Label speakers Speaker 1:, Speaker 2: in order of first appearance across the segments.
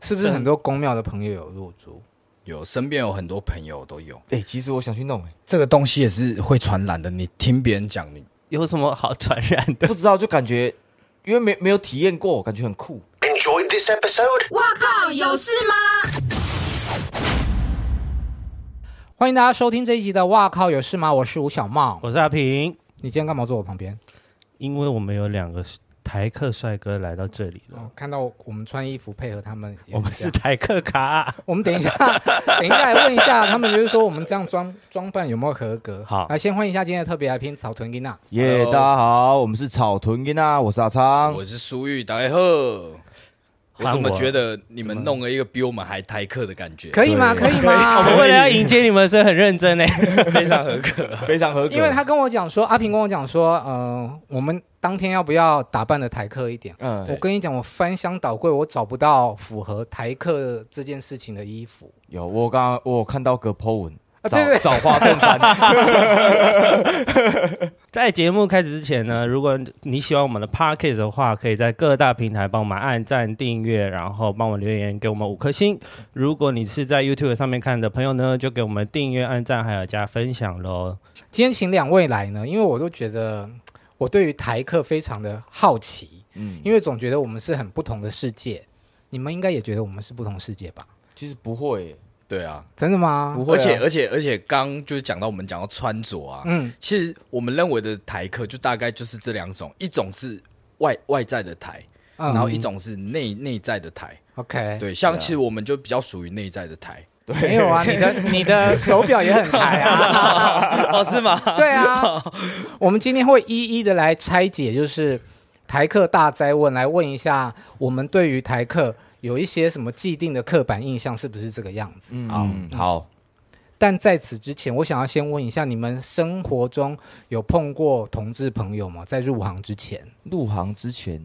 Speaker 1: 是不是很多公庙的朋友有入住？
Speaker 2: 有身边有很多朋友都有
Speaker 3: 哎、其实我想去弄、哎，
Speaker 2: 这个东西也是会传染的。你听别人讲，你
Speaker 4: 有什么好传染的？
Speaker 3: 不知道就感觉，因为没没有体验过，感觉很酷。
Speaker 5: Enjoyed this episode?
Speaker 6: 哇靠，有事吗？
Speaker 1: 欢迎大家收听这一集的《哇靠有事吗》，我是吴小茂。
Speaker 4: 我是阿平，
Speaker 1: 你今天干嘛坐我旁边？
Speaker 4: 因为我们有两个台客帅哥来到这里了
Speaker 1: 哦，，看到我们穿衣服配合他们也
Speaker 4: 我们
Speaker 1: 这
Speaker 4: 是
Speaker 1: 样，
Speaker 4: 台客 咖，
Speaker 1: 我们等一下， 等一下来问一下他们，就是说我们这样装装扮有没有合格？
Speaker 4: 好
Speaker 1: 来先欢迎一下今天的特别来宾草屯丽娜。
Speaker 3: 耶、
Speaker 2: Hello
Speaker 3: 大家好，我们是草屯跟啊，我是阿昌。
Speaker 2: 我是苏玉，大家好。我
Speaker 4: 换
Speaker 2: 怎么
Speaker 4: 我
Speaker 2: 觉得你们弄了一个比我们还台客的感觉？
Speaker 1: 可以吗？可以 吗？
Speaker 4: 我们为了要迎接你们，所以很认真欸呢。
Speaker 2: 非常合格。
Speaker 3: 非常合格，
Speaker 1: 因为他跟我讲说，阿平跟我讲说，呃，我们当天要不要打扮的台客一点？
Speaker 3: 嗯
Speaker 1: 我跟你讲，我翻箱倒柜，我找不到符合台客这件事情的衣服。
Speaker 3: 有我刚刚我有看到个 po 文，
Speaker 1: 啊
Speaker 3: 找
Speaker 1: 对对
Speaker 3: 找花衬衫，
Speaker 4: 在节目开始之前呢，如果你喜欢我们的 Podcast 的话，可以在各大平台帮我们按赞、订阅，然后帮我留言，给我们五颗星。如果你是在 YouTube 上面看的朋友呢，就给我们订阅、按赞，还有加分享喽。
Speaker 1: 今天请两位来呢，因为我都觉得嗯我对于台客非常的好奇，
Speaker 3: 嗯，
Speaker 1: 因为总觉得我们是很不同的世界。你们应该也觉得我们是不同世界吧？
Speaker 3: 其实不会，
Speaker 2: 对啊，
Speaker 1: 真的吗
Speaker 3: 不？会啊
Speaker 2: 而且而且而且，刚就是讲到我们讲到穿着啊，
Speaker 1: 嗯，
Speaker 2: 其实我们认为的台客就大概就是这两种，一种是外外在的台，
Speaker 1: 嗯
Speaker 2: 然后一种是内内在的台。
Speaker 1: OK，
Speaker 2: 对，啊像其实我们就比较属于内在的台。
Speaker 1: 没有啊，你 的你的手表也很台啊。
Speaker 2: 哦，是吗？哦
Speaker 1: 对啊，我们今天会一一的来拆解，就是台客大灾问，来问一下我们对于台客有一些什么既定的刻板印象是不是这个样子？
Speaker 3: 嗯，好，
Speaker 1: 但在此之前，我想要先问一下，你们生活中有碰过同志朋友吗？在入行之前，
Speaker 3: 入行之前，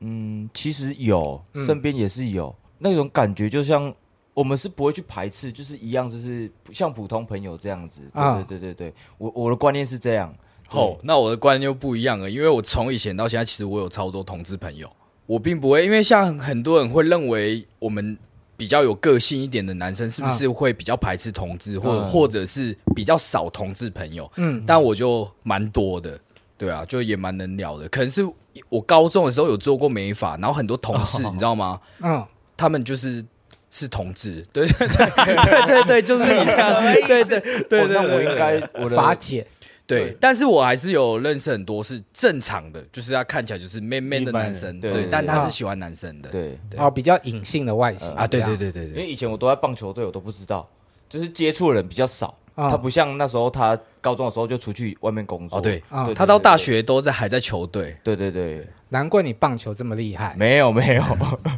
Speaker 3: 嗯，其实有，
Speaker 1: 嗯
Speaker 3: 身边也是有、那种感觉，就像我们是不会去排斥，就是一样，就是像普通朋友这样子。对
Speaker 1: 啊
Speaker 3: 对对对对，我我的观念是这样。
Speaker 2: 哦，那我的观念又不一样了，因为我从以前到现在，其实我有超多同志朋友，我并不会，因为像很多人会认为我们比较有个性一点的男生，是不是会比较排斥同志，或、
Speaker 3: 嗯
Speaker 2: 或者是比较少同志朋友？
Speaker 1: 嗯，
Speaker 2: 但我就蛮多的，对啊，就也蛮能聊的。可能是我高中的时候有做过美发，然后很多同事、你知道吗？
Speaker 1: 嗯，
Speaker 2: 他们就是。是同志，对对对对对对，就是你这样，对对对对
Speaker 3: 哦那
Speaker 2: 对，
Speaker 3: 我应该我的
Speaker 1: 法姐，
Speaker 2: 对，但是我还是有认识很多是正常的，就是他看起来就是 man man 的
Speaker 4: 一般人
Speaker 2: 男生，
Speaker 3: 对
Speaker 2: 对，
Speaker 3: 对对
Speaker 2: 但他是喜欢男生的，
Speaker 3: 对，
Speaker 2: 对
Speaker 1: 哦，比较隐性的外形
Speaker 2: 啊，对对
Speaker 1: 对，
Speaker 2: 对对
Speaker 3: 因
Speaker 2: 对，
Speaker 3: 为以前我都在棒球队，我都不知道，就是接触的人比较少。
Speaker 1: 啊
Speaker 3: 他不像那时候，他高中的时候就出去外面工作。
Speaker 2: 哦对
Speaker 1: 啊
Speaker 2: 他到大，学都在还在球队，
Speaker 3: 对对对，对
Speaker 1: 难怪你棒球这么厉害。
Speaker 3: 没有没有，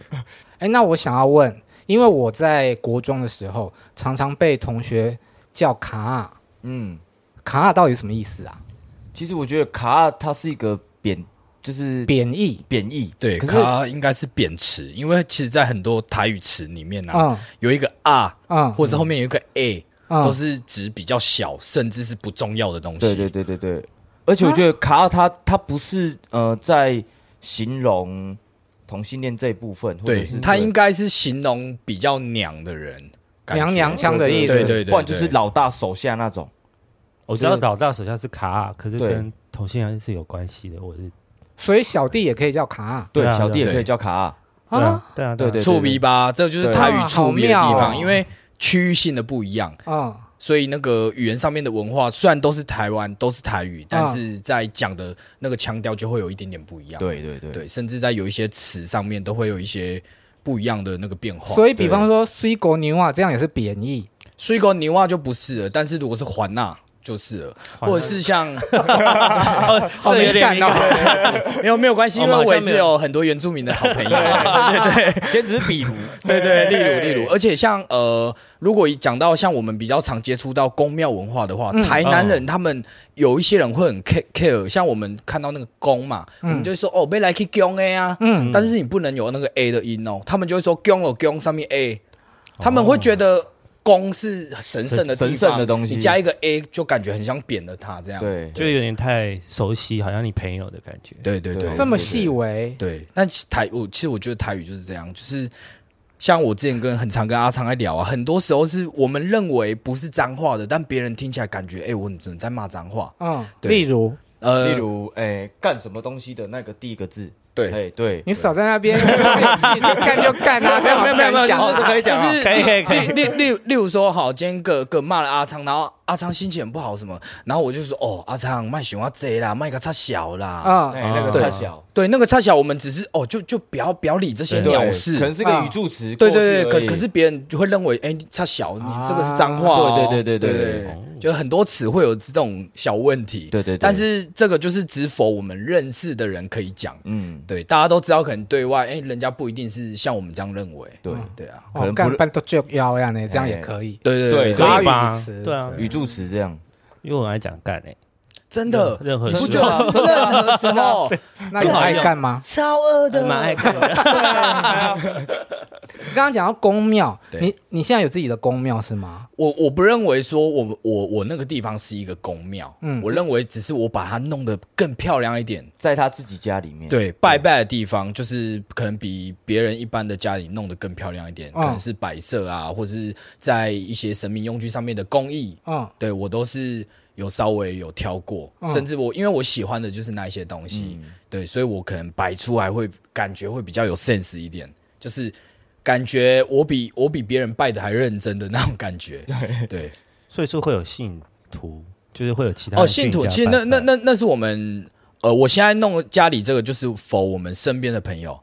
Speaker 1: 哎，那我想要问，因为我在国中的时候，常常被同学叫卡啊。
Speaker 3: 嗯，
Speaker 1: 卡啊到底什么意思啊？
Speaker 3: 其实我觉得卡尔它是一个贬，就是
Speaker 1: 贬义。
Speaker 3: 贬义，
Speaker 2: 对，
Speaker 3: 可是
Speaker 2: 他应该是贬词，因为其实，在很多台语词里面啊，
Speaker 1: 嗯
Speaker 2: 有一个啊，
Speaker 1: 嗯，
Speaker 2: 或者是后面有一个 a，
Speaker 1: 嗯
Speaker 2: 都是指比较小，甚至是不重要的东
Speaker 3: 对
Speaker 2: 西，
Speaker 3: 对对对对，而且我觉得卡尔他他不是呃在形容同性恋这一部分，或者
Speaker 2: 对
Speaker 3: 是
Speaker 2: 他
Speaker 3: 对
Speaker 2: 应该是形容比较娘的人，感觉
Speaker 1: 娘娘腔的意思。
Speaker 2: 对对对
Speaker 3: 不然就是老大手下那种。
Speaker 4: 我知道老大手下是卡，可是
Speaker 3: 对
Speaker 4: 跟同性恋是有关系的。我是
Speaker 1: 所以小弟也可以叫卡啊。
Speaker 3: 对
Speaker 4: 对，啊
Speaker 3: 小弟也
Speaker 2: 对
Speaker 3: 可以叫卡尔。
Speaker 4: 对啊，对啊，
Speaker 3: 对
Speaker 4: 啊
Speaker 3: 对
Speaker 2: 触鼻吧，这就是
Speaker 3: 对
Speaker 2: 台
Speaker 1: 哇
Speaker 2: 语触鼻的
Speaker 1: 好
Speaker 2: 地
Speaker 1: 妙
Speaker 2: 方，
Speaker 1: 哦
Speaker 2: 因为区域性的不一样。
Speaker 1: 嗯，
Speaker 2: 所以那个语言上面的文化，虽然都是台湾，都是台语，但
Speaker 1: 嗯
Speaker 2: 是在讲的那个腔调就会有一点点不一样。
Speaker 3: 对对对
Speaker 2: 对，甚至在有一些词上面都会有一些不一样的那个变化。
Speaker 1: 所以比方说“水狗牛啊”这样也是贬义。
Speaker 2: 所以，尼瓦就不是了，但是如果是环纳就是了，
Speaker 4: 环纳
Speaker 2: 或者是像
Speaker 4: 哦，
Speaker 1: 好
Speaker 4: 这有
Speaker 1: 敏
Speaker 4: 点
Speaker 1: 感
Speaker 4: 敏
Speaker 1: 哦
Speaker 4: 感
Speaker 2: 没有没有关系，
Speaker 4: 哦
Speaker 2: 因为
Speaker 4: 好像
Speaker 2: 我也是
Speaker 4: 没有
Speaker 2: 有很多原住民的好朋友。
Speaker 3: 先只是比如，
Speaker 2: 对对，例如例如，而且像呃，如果讲到像我们比较常接触到宫庙文化的话，台南人他们有一些人会很 care care，像我们看到那个宫嘛，我们就会说哦，被来去宫 A 啊，
Speaker 1: 嗯
Speaker 2: 但是你不能有那个 A 的音哦，他们就会说宫了宫上面 A，他们会觉得。宫是神圣的地方
Speaker 3: 神圣的东西
Speaker 2: 你加一个 A 就感觉很像贬了它这样。
Speaker 3: 对，
Speaker 4: 就有点太熟悉，好像你朋友的感觉。
Speaker 2: 对对对
Speaker 3: 对
Speaker 1: 这么细微。
Speaker 2: 对，但其台我其实我觉得台语就是这样，就是像我之前跟很常跟阿昌在聊啊，很多时候是我们认为不是脏话的，但别人听起来感觉，哎、我怎么在骂脏话？
Speaker 1: 嗯，
Speaker 2: 对
Speaker 1: 例如
Speaker 2: 呃，
Speaker 3: 例如，哎，干什么东西的那个第一个字，
Speaker 2: 对
Speaker 3: 哎，对，
Speaker 1: 你少在那边干就干啊， 干嘛不敢讲
Speaker 2: 哦这
Speaker 1: 啊？
Speaker 2: 可以讲啊，
Speaker 4: 可以可以可以
Speaker 2: 例例例如例如说，好，今天个个骂了阿昌，然后阿昌心情很不好什么，然后我就说，哦，阿昌卖喜欢这啦，卖个差小啦，
Speaker 3: 哎，
Speaker 1: 嗯，
Speaker 3: 那个
Speaker 2: 对
Speaker 3: 太小，
Speaker 2: 对，那个差小我们只是哦，就就不要不要理这些
Speaker 3: 对
Speaker 2: 鸟
Speaker 3: 可能
Speaker 2: 事。
Speaker 3: 是个语助词，
Speaker 2: 对
Speaker 3: 过
Speaker 2: 对
Speaker 3: 去
Speaker 2: 对，
Speaker 3: 而已
Speaker 2: 可可是别人就会认为，哎、你差小，你这个是脏话、
Speaker 3: 啊
Speaker 2: 哦
Speaker 3: 对对对
Speaker 2: 对
Speaker 3: 对对
Speaker 2: 对就很多词会有这种小问题。
Speaker 3: 对对对
Speaker 2: 但是这个就是只否我们认识的人可以讲。
Speaker 3: 嗯，
Speaker 2: 对，大家都知道，可能对外，哎、人家不一定是像我们这样认为。
Speaker 3: 对，
Speaker 2: 对啊，
Speaker 3: 可
Speaker 1: 哦，
Speaker 3: 能
Speaker 1: 干
Speaker 3: 不
Speaker 1: 半都就腰呀，呢，这样也可以。
Speaker 2: 对
Speaker 3: 对
Speaker 2: 对
Speaker 3: 可以
Speaker 1: 发
Speaker 4: 可以
Speaker 1: 语
Speaker 4: 吧
Speaker 1: 词？
Speaker 4: 对啊，
Speaker 3: 语助词这样，
Speaker 4: 因为我很爱讲干诶，
Speaker 2: 真的，
Speaker 4: 任何
Speaker 2: 你不
Speaker 4: 时
Speaker 2: 觉
Speaker 4: 候
Speaker 2: 得 真的任何时候
Speaker 1: 那你爱干吗？
Speaker 2: 哦超恶的，
Speaker 4: 蛮爱干的。
Speaker 1: 刚刚讲到宫庙，
Speaker 2: 对
Speaker 1: 你你现在有自己的宫庙是吗？
Speaker 2: 我我不认为说我我我那个地方是一个宫庙，
Speaker 1: 嗯
Speaker 2: 我认为只是我把它弄得更漂亮一点。
Speaker 3: 在他自己家里面，，哦
Speaker 2: 对，拜拜的地方就是可能比别人一般的家里弄得更漂亮一点，
Speaker 1: 嗯
Speaker 2: 可能是摆设啊，或是在一些神明用具上面的工艺，
Speaker 1: 嗯
Speaker 2: 对我都是有稍微有挑过，
Speaker 1: 嗯
Speaker 2: 甚至我因为我喜欢的就是那一些东西，对，所以我可能摆出来会感觉会比较有 sense 一点，就是感觉我比我比别人拜的还认真的那种感觉，对。
Speaker 4: 所以说会有信徒，就是会有其他人
Speaker 2: 哦，信徒
Speaker 4: 去你家
Speaker 2: 其实那
Speaker 4: 拜
Speaker 2: 那
Speaker 4: 拜
Speaker 2: 那那是我们呃，我现在弄家里这个就是否我们身边的朋友，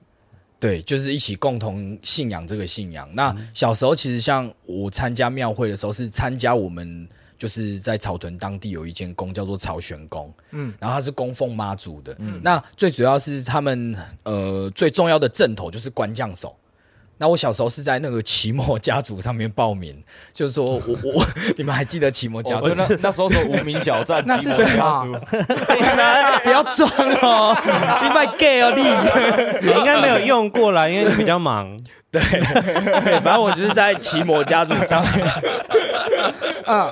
Speaker 2: 对，就是一起共同信仰这个信仰。那
Speaker 4: 嗯
Speaker 2: 小时候其实像我参加庙会的时候，是参加我们就是在草屯当地有一间宫叫做草玄宫，
Speaker 1: 嗯，
Speaker 2: 嗯，然后它是供奉妈祖的，嗯，那最主要是他们呃最重要的正头就是官将手。那我小时候是在那个奇摩家族上面报名，就是说我我我 你们还记得奇摩家
Speaker 3: 我
Speaker 4: 哦
Speaker 2: 族
Speaker 3: 就？那那时候说无名小站
Speaker 1: 那是
Speaker 3: 基本
Speaker 1: 什么
Speaker 3: 家族？
Speaker 2: 不要装哦，你卖 gay 哦你。
Speaker 4: 你应该没有用过啦，因为你比较忙。
Speaker 2: 对，反正我就是在奇摩家族上面，
Speaker 1: 嗯，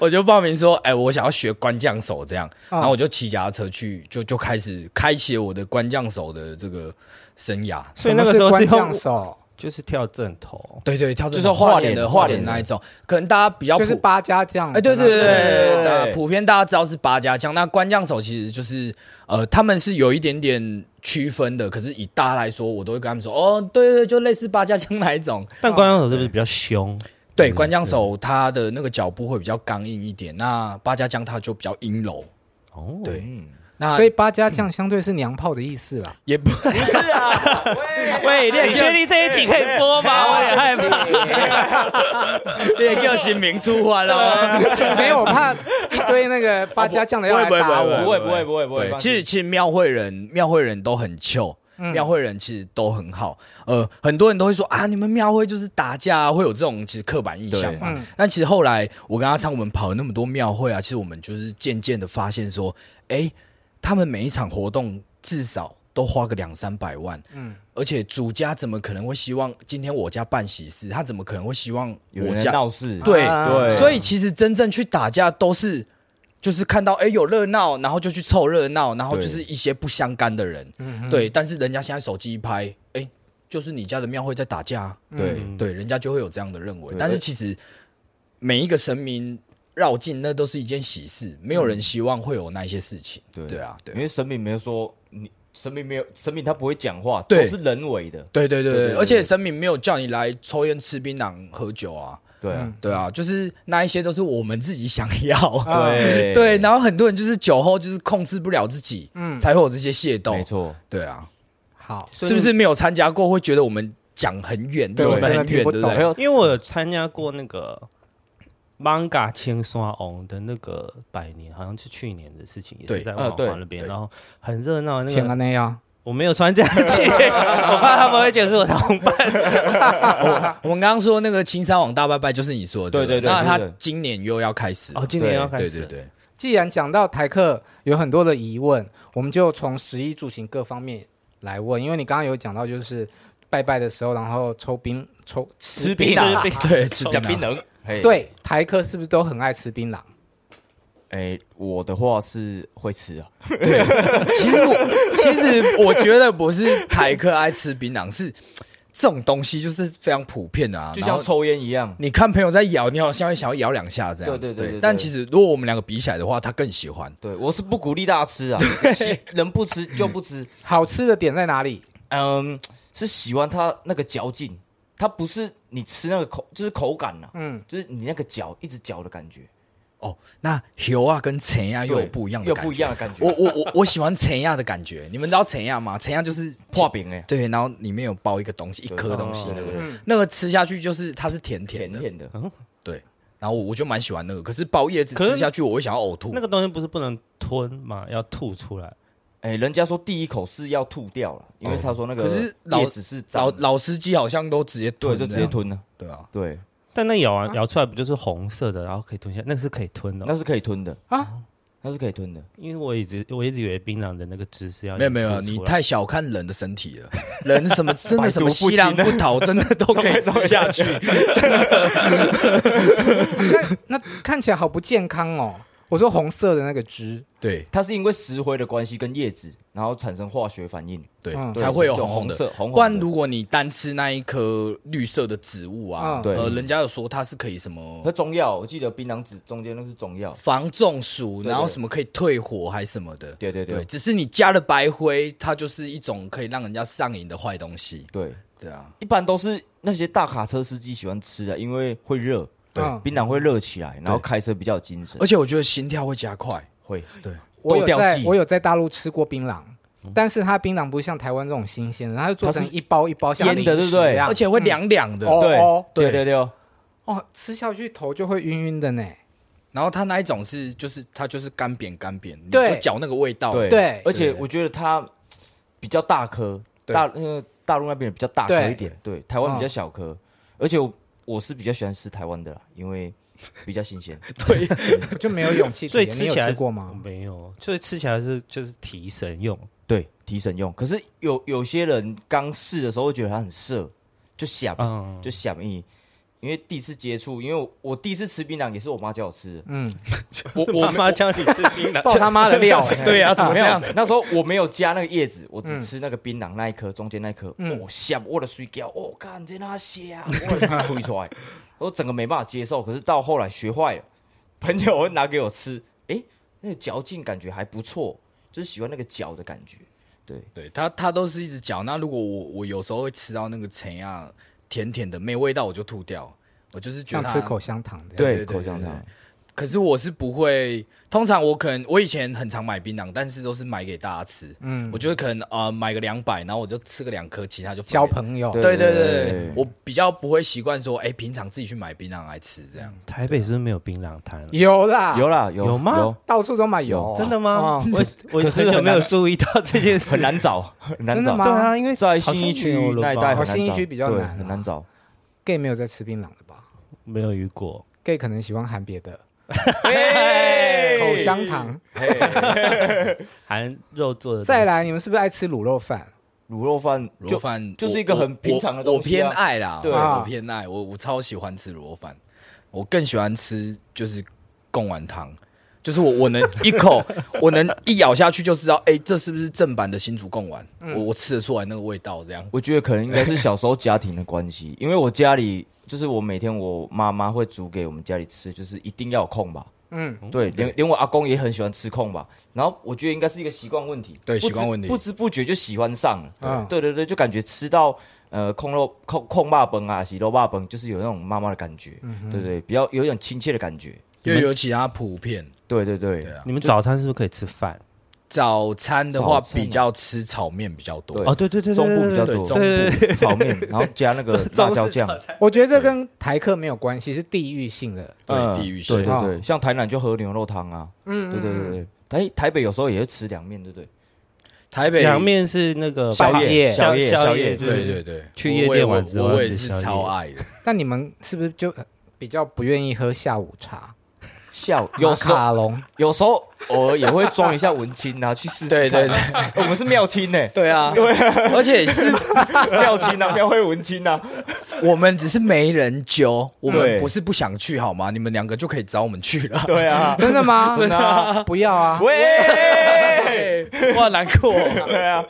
Speaker 2: 我就报名说，哎、我想要学官将手这样，
Speaker 1: 嗯
Speaker 2: 然后我就骑脚踏车去，就就开始开启我的官将手的这个生涯。
Speaker 4: 所以那个时候
Speaker 1: 什么
Speaker 4: 是
Speaker 1: 是官将
Speaker 4: 用
Speaker 1: 手，
Speaker 4: 就是跳正头，
Speaker 2: 对对，跳这
Speaker 3: 就是
Speaker 2: 种
Speaker 3: 画
Speaker 2: 画
Speaker 3: 脸
Speaker 2: 脸
Speaker 3: 的
Speaker 2: 的画
Speaker 3: 画脸
Speaker 2: 脸
Speaker 3: 的
Speaker 2: 那一种，可能大家比较
Speaker 1: 就是
Speaker 2: 普
Speaker 1: 八家将。
Speaker 2: 哎，对对对对
Speaker 3: 对
Speaker 2: 对，大
Speaker 3: 对
Speaker 2: 普遍大家知道是八家将，那官将手其实就是呃，他们是有一点点区分的，可是以大家来说，我都会跟他们说，哦，对对，就类似八家将那一种。
Speaker 4: 但关将手是不是比较凶？
Speaker 2: 对，关将手他的那个脚步会比较刚硬一点，那八家将他就比较阴柔。
Speaker 4: 哦，
Speaker 2: 对，
Speaker 3: 嗯，
Speaker 2: 那
Speaker 1: 所以八家将相对是娘炮的意思啦。
Speaker 2: 也不
Speaker 3: 是啊，
Speaker 2: 喂，你
Speaker 4: 你确定这一集可以播吗？我也害怕。
Speaker 2: 你也叫新名出发了。
Speaker 1: 没有，我怕一堆那个八家将的要来打
Speaker 2: 不
Speaker 1: 我。
Speaker 3: 不会不会不会不会
Speaker 2: 对，，
Speaker 3: 放
Speaker 2: 其
Speaker 3: 心嗯
Speaker 2: 实其实庙会人庙会人都很旧。庙会人其实都很好，呃，很多人都会说啊，你们庙会就是打架、啊，会有这种其实刻板印象嘛
Speaker 1: 对嗯。
Speaker 2: 但其实后来我跟阿昌我们跑了那么多庙会啊，其实我们就是渐渐的发现说，哎，他们每一场活动至少都花个两三百万，
Speaker 1: 嗯，
Speaker 2: 而且主家怎么可能会希望今天我家办喜事，他怎么可能会希望
Speaker 3: 有
Speaker 2: 我
Speaker 3: 人
Speaker 2: 家
Speaker 3: 闹事，
Speaker 2: 对
Speaker 1: 啊
Speaker 3: 对
Speaker 2: 所以其实真正去打架都是，就是看到哎、诶有热闹，然后就去凑热闹，然后就是一些不相干的
Speaker 1: 嗯
Speaker 2: 人，
Speaker 3: 嗯
Speaker 2: 对。但是人家现在手机一拍，哎、就是你家的庙会在打架啊、
Speaker 3: 对
Speaker 4: 嗯
Speaker 2: 对，人家就会有这样的认为
Speaker 3: 对。
Speaker 2: 但是其实每一个神明绕境，那都是一件喜事，没有人希望会有那一些事情。
Speaker 3: 对
Speaker 2: 对啊，
Speaker 3: 因
Speaker 2: 对。
Speaker 3: 为神明没有说你，神明没有，神明他不会讲话，
Speaker 2: 对
Speaker 3: 都是人为的，
Speaker 2: 对对对
Speaker 3: 对
Speaker 2: 对
Speaker 3: 对对
Speaker 2: 而且神明没有叫你来抽烟、吃槟榔、喝酒啊，
Speaker 3: 对啊，
Speaker 2: 对啊，就是那一些都是我们自己想要。
Speaker 1: 啊
Speaker 3: 对
Speaker 2: 对，然后很多人就是酒后就是控制不了自己，
Speaker 1: 嗯
Speaker 2: 嗯，才会有这些械斗
Speaker 3: 没。错，
Speaker 2: 对啊，
Speaker 1: 好，
Speaker 2: 是不是没有参加过会觉得我们讲很远，离
Speaker 1: 对
Speaker 2: 我们
Speaker 1: 我真的
Speaker 2: 很
Speaker 1: 听
Speaker 2: 远，
Speaker 1: 不
Speaker 2: 对不
Speaker 1: 懂
Speaker 3: 哎
Speaker 2: 对？
Speaker 4: 因为我有参加过那个 manga 千刷翁的那个百年，好像是去年的事情，也
Speaker 2: 对
Speaker 4: 是在
Speaker 3: 呃
Speaker 4: 万
Speaker 3: 对
Speaker 4: 华那边，
Speaker 2: 对
Speaker 4: 然后很热闹。那
Speaker 1: 前了
Speaker 4: 个
Speaker 1: 那样。
Speaker 4: 我没有穿这样去，我怕他们会觉得是我同伴。
Speaker 2: 我们刚刚说那个青山网大拜拜就是你说的这个，
Speaker 3: 对对对
Speaker 2: 那
Speaker 3: 对对
Speaker 2: 他
Speaker 3: 对
Speaker 2: 今年又要开始了
Speaker 4: 哦，今年要开
Speaker 2: 对
Speaker 4: 始
Speaker 2: 对
Speaker 4: 了，
Speaker 2: 对，
Speaker 1: 既然讲到台客有很多的疑问，我们就从食衣住行各方面来问，因为你刚刚有讲到就是拜拜的时候，然后抽冰抽吃
Speaker 3: 槟榔
Speaker 1: 榔
Speaker 2: 对吃
Speaker 3: 讲
Speaker 2: 槟
Speaker 3: 槟
Speaker 2: 榔，
Speaker 3: 榔，嘿，
Speaker 1: 对，台客是不是都很爱吃槟榔？
Speaker 3: 哎，我的话是会吃啊，
Speaker 2: 其实我其实我觉得不是台客爱吃槟榔，是这种东西就是非常普遍的啊，
Speaker 3: 就
Speaker 2: 然后
Speaker 3: 像抽烟一样。
Speaker 2: 你看朋友在摇，你好像会想要摇两下这样。
Speaker 3: 对对对对对
Speaker 2: 但其实如果我们两个比起来的话，他更喜欢。
Speaker 3: 对，我是不鼓励大 家吃啊，喜能不吃就不吃。
Speaker 1: 好吃的点在哪里？
Speaker 3: 嗯，是喜欢它那个嚼劲，它不是你吃那个口，就是口感呐、
Speaker 1: 嗯，
Speaker 3: 就是你那个嚼一直嚼的感觉，
Speaker 2: 哦，那油啊跟陈亚又有不一样的
Speaker 3: 又
Speaker 2: 感觉。
Speaker 3: 不一样的感觉。
Speaker 2: 我我我 我喜欢陈亚的感觉，你们知道陈亚吗？陈亚就是
Speaker 3: 画饼哎，
Speaker 2: 对，然后里面有包一个东西，一颗东西
Speaker 3: 对
Speaker 2: 那
Speaker 3: 对
Speaker 2: 个，
Speaker 3: 对对
Speaker 2: 那个吃下去就是它是甜甜
Speaker 3: 甜
Speaker 2: 的，
Speaker 3: 甜的，
Speaker 2: 对。然后我我就蛮喜欢那个，可是包叶子
Speaker 4: 可是
Speaker 2: 吃下去我会想要呕吐。
Speaker 4: 那个东西不是不能吞嘛，要吐出来。
Speaker 3: 哎，人家说第一口是要吐掉了，因为他说那个
Speaker 2: 哦可是老
Speaker 3: 叶子是
Speaker 2: 老
Speaker 3: 脏的，
Speaker 2: 老司机好像都直接
Speaker 3: 对，
Speaker 2: 吞这
Speaker 3: 就
Speaker 2: 样，
Speaker 3: 直接吞了，
Speaker 2: 对啊。
Speaker 3: 对，
Speaker 4: 但那咬完、咬出来不就是红色的，然后可以吞下，那个是可以吞的哦、
Speaker 3: 那是可以吞的
Speaker 1: 啊，
Speaker 3: 那是可以吞的。
Speaker 4: 因为我一直我一直以为槟榔的那个汁是要
Speaker 2: 没有没有，
Speaker 4: 吐出
Speaker 2: 你
Speaker 4: 来
Speaker 2: 太小看人的身体了。人什么 真的什么
Speaker 3: 百毒不
Speaker 2: 西
Speaker 3: 侵
Speaker 2: 兰不倒，真的都 可以吃下去。
Speaker 1: 那看起来好不健康哦。我说红色的那个汁，
Speaker 2: 对
Speaker 3: 它是因为石灰的关系跟叶子，然后产生化学反应，
Speaker 2: 对
Speaker 1: 嗯，
Speaker 2: 才会有
Speaker 3: 对就
Speaker 2: 红红
Speaker 3: 红色
Speaker 2: 的。
Speaker 3: 红红的
Speaker 2: 不然如果你单吃那一颗绿色的植物啊
Speaker 1: 嗯，
Speaker 3: 对
Speaker 2: 呃，人家有说它是可以什么
Speaker 3: 那中药我记得槟榔籽中间那是中药，
Speaker 2: 防中暑，
Speaker 3: 对
Speaker 2: 然后什么可以退火还什么的。
Speaker 3: 对对对
Speaker 2: 对，只是你加了白灰，它就是一种可以让人家上瘾的坏东西。
Speaker 3: 对，
Speaker 2: 对啊，
Speaker 3: 一般都是那些大卡车司机喜欢吃的，因为会热，
Speaker 2: 对
Speaker 1: 嗯
Speaker 3: 槟榔会热起来，然后开车比较有精神
Speaker 2: 而，且我觉得心跳会加快。
Speaker 3: 会
Speaker 2: 对，
Speaker 1: 我有
Speaker 3: 豆掉
Speaker 1: 在
Speaker 3: 剂嗯
Speaker 1: 我有在大陆吃过槟榔，但是它槟榔不是像台湾这种新鲜的，它是做成
Speaker 3: 它
Speaker 1: 一包一包像
Speaker 3: 腌的
Speaker 1: 零食
Speaker 3: 对不对
Speaker 1: 一样
Speaker 2: 而且会凉凉的。
Speaker 1: 哦哦
Speaker 2: 对
Speaker 3: 对对对，
Speaker 1: 哦，吃下去头就会晕晕的呢。
Speaker 2: 然后它那一种是就是它就是干扁干扁，你
Speaker 1: 对
Speaker 2: 就嚼那个味道。
Speaker 3: 对
Speaker 1: 对
Speaker 3: 而且我觉得它比较大颗，
Speaker 2: 对
Speaker 3: 大呃大陆那边比较大颗
Speaker 1: 对哦
Speaker 3: 一点，对，台湾比较小颗，而且我我是比较喜欢吃台湾的啦，因为比较新鲜，
Speaker 2: 对，
Speaker 1: 我就没有勇气体
Speaker 4: 所以
Speaker 1: 验。
Speaker 4: 吃
Speaker 1: 你有
Speaker 4: 起来嗯
Speaker 1: 吃过
Speaker 4: 我
Speaker 1: 吗？
Speaker 4: 没有，所以吃起来是就是提神用。
Speaker 3: 对，提神用。可是有有些人刚试的时候会觉得它很涩，就想、
Speaker 1: 啊
Speaker 4: 嗯，
Speaker 3: 就想意，因为第一次接触，因为我我第一次吃槟榔也是我妈叫我吃的，
Speaker 1: 嗯，
Speaker 2: 我
Speaker 4: 妈
Speaker 2: 我
Speaker 4: 妈教你吃槟榔，哎
Speaker 1: 爆他妈的 料！
Speaker 2: 对啊，怎么
Speaker 3: 没
Speaker 2: 这
Speaker 3: 有
Speaker 2: 样？，
Speaker 3: 那时候我没有加那个叶子，我只吃那个槟榔那一颗，中间那一颗。哦
Speaker 1: 嗯
Speaker 3: 我吓，我的水饺，哦我看这那些啊，我的吐出来，我整个没办法接受。可是到后来学坏了，朋友会拿给我吃，诶，那个嚼劲感觉还不错，就是喜欢那个嚼的感觉。对，
Speaker 2: 对它它都是一直嚼。那如果我我有时候会吃到那个陈亚甜甜的没味道，我就吐掉。我就是觉
Speaker 1: 像
Speaker 2: 得
Speaker 1: 吃
Speaker 2: 它
Speaker 1: 口香糖的。
Speaker 2: 对
Speaker 3: 口香糖。
Speaker 2: 可是我是不会，通常我可能我以前很常买槟榔，但是都是买给大家吃。
Speaker 1: 嗯
Speaker 2: 我，觉得可能呃买个两百，然后我就吃个两颗，其他就分给
Speaker 1: 交。朋友。
Speaker 2: 对对
Speaker 3: 对
Speaker 2: 对
Speaker 3: 对
Speaker 2: 对，我比较不会习惯说，哎，平常自己去买槟榔来吃这样。
Speaker 4: 台北是不是没有槟榔摊了？
Speaker 1: 有啦，
Speaker 3: 有啦，有
Speaker 4: 有吗
Speaker 1: 到处都买有
Speaker 3: 有，
Speaker 4: 真的吗？
Speaker 1: 哦
Speaker 4: 我我
Speaker 3: 可是
Speaker 4: 很久
Speaker 3: 很
Speaker 4: 没有
Speaker 3: 难
Speaker 4: 注意到这件事
Speaker 3: 很。难找，很难
Speaker 1: 真的
Speaker 3: 找。
Speaker 1: 吗
Speaker 4: 对啊，因为
Speaker 3: 在
Speaker 4: 好像
Speaker 3: 新一区
Speaker 4: 没有了
Speaker 3: 那一
Speaker 4: 吧
Speaker 3: 带很
Speaker 1: 哦
Speaker 3: 难找，
Speaker 1: 信义区比较
Speaker 3: 对
Speaker 1: 难啊
Speaker 3: 很难找。
Speaker 1: gay 没有在吃槟榔的吧
Speaker 4: 没有遇过。
Speaker 1: ？gay 可能喜欢含别的
Speaker 3: 嘿
Speaker 1: 口香糖。
Speaker 4: 含肉做的。
Speaker 1: 再来，，你们是不是爱吃卤肉饭？
Speaker 3: 卤肉饭
Speaker 2: 卤
Speaker 3: 就
Speaker 2: 肉饭
Speaker 3: 就是
Speaker 2: 我
Speaker 3: 一个很
Speaker 2: 我
Speaker 3: 平常的
Speaker 2: 我我
Speaker 3: 东西啊
Speaker 2: 偏爱啦，
Speaker 3: 对
Speaker 1: 啊
Speaker 2: 我偏爱，我我超喜欢吃卤肉饭，我更喜欢吃就是贡丸汤。就是我，我能一 口，我能一咬下去就知道，哎、这是不是正版的新竹贡丸？
Speaker 3: 嗯
Speaker 2: 我我吃得出来那个味道，这样。
Speaker 3: 我觉得可能应该是小时候家庭的关系， 因为我家里就是我每天我妈妈会煮给我们家里吃，就是一定要有空吧。
Speaker 1: 嗯，
Speaker 3: 对，连连我阿公也很喜欢吃空吧。然后我觉得应该是一个习惯问题，
Speaker 2: 对
Speaker 3: 不知
Speaker 2: 习惯问题
Speaker 3: 不知不觉就喜欢上了。
Speaker 2: 啊
Speaker 1: 嗯
Speaker 3: 对对对，就感觉吃到呃空肉空空霸崩啊，洗肉霸崩，就是有那种妈妈的感觉，
Speaker 2: 嗯
Speaker 3: 对对，比较有一种亲切的感觉。
Speaker 2: 又有其他普遍，
Speaker 3: 对对对，
Speaker 2: 对啊
Speaker 4: 你们早餐是不是可以吃饭？
Speaker 2: 早餐的话
Speaker 3: 早餐啊
Speaker 2: 比较吃炒面比较多
Speaker 3: 对。
Speaker 4: 哦，对对对，对
Speaker 3: 中部比较
Speaker 2: 对
Speaker 3: 多，
Speaker 2: 中
Speaker 3: 部 炒面，然后加那个辣椒酱，
Speaker 1: 我觉得这跟台客没有关系，是地域性的。
Speaker 3: 嗯
Speaker 2: 对，地域性
Speaker 3: 对对对，像台南就喝牛肉汤啊，
Speaker 1: 嗯，
Speaker 3: 对对对对，台台北有时候也会吃凉面，对不对？
Speaker 2: 台北
Speaker 4: 凉面是那个
Speaker 1: 宵夜
Speaker 4: 宵
Speaker 3: 宵夜
Speaker 4: 宵
Speaker 3: 宵夜
Speaker 4: 就
Speaker 2: 对
Speaker 4: 是
Speaker 2: 对对，
Speaker 4: 去
Speaker 2: 我
Speaker 4: 夜
Speaker 2: 我
Speaker 4: 店
Speaker 2: 也
Speaker 4: 玩之后
Speaker 2: 我我也
Speaker 4: 吃
Speaker 2: 是
Speaker 4: 宵夜
Speaker 2: 超爱的。
Speaker 1: 那你们是不是就呃比较不愿意喝下午茶？
Speaker 3: 下午有时候
Speaker 1: 啊卡龙，
Speaker 3: 有时候偶尔也会装一下文青啊，去试试。哦
Speaker 2: 对对对，
Speaker 3: 我们是妙青呢，
Speaker 2: 对啊，对，而且是
Speaker 3: 妙 青啊，妙会文青啊，
Speaker 2: 我们只是没人揪，我
Speaker 3: 对
Speaker 2: 们不是不想去好吗？你们两个就可以找我们去 了。
Speaker 3: 对啊，
Speaker 1: 真的吗？
Speaker 3: 真的啊
Speaker 1: 不要啊！
Speaker 3: 喂，
Speaker 2: 哇，难过。
Speaker 3: 对啊，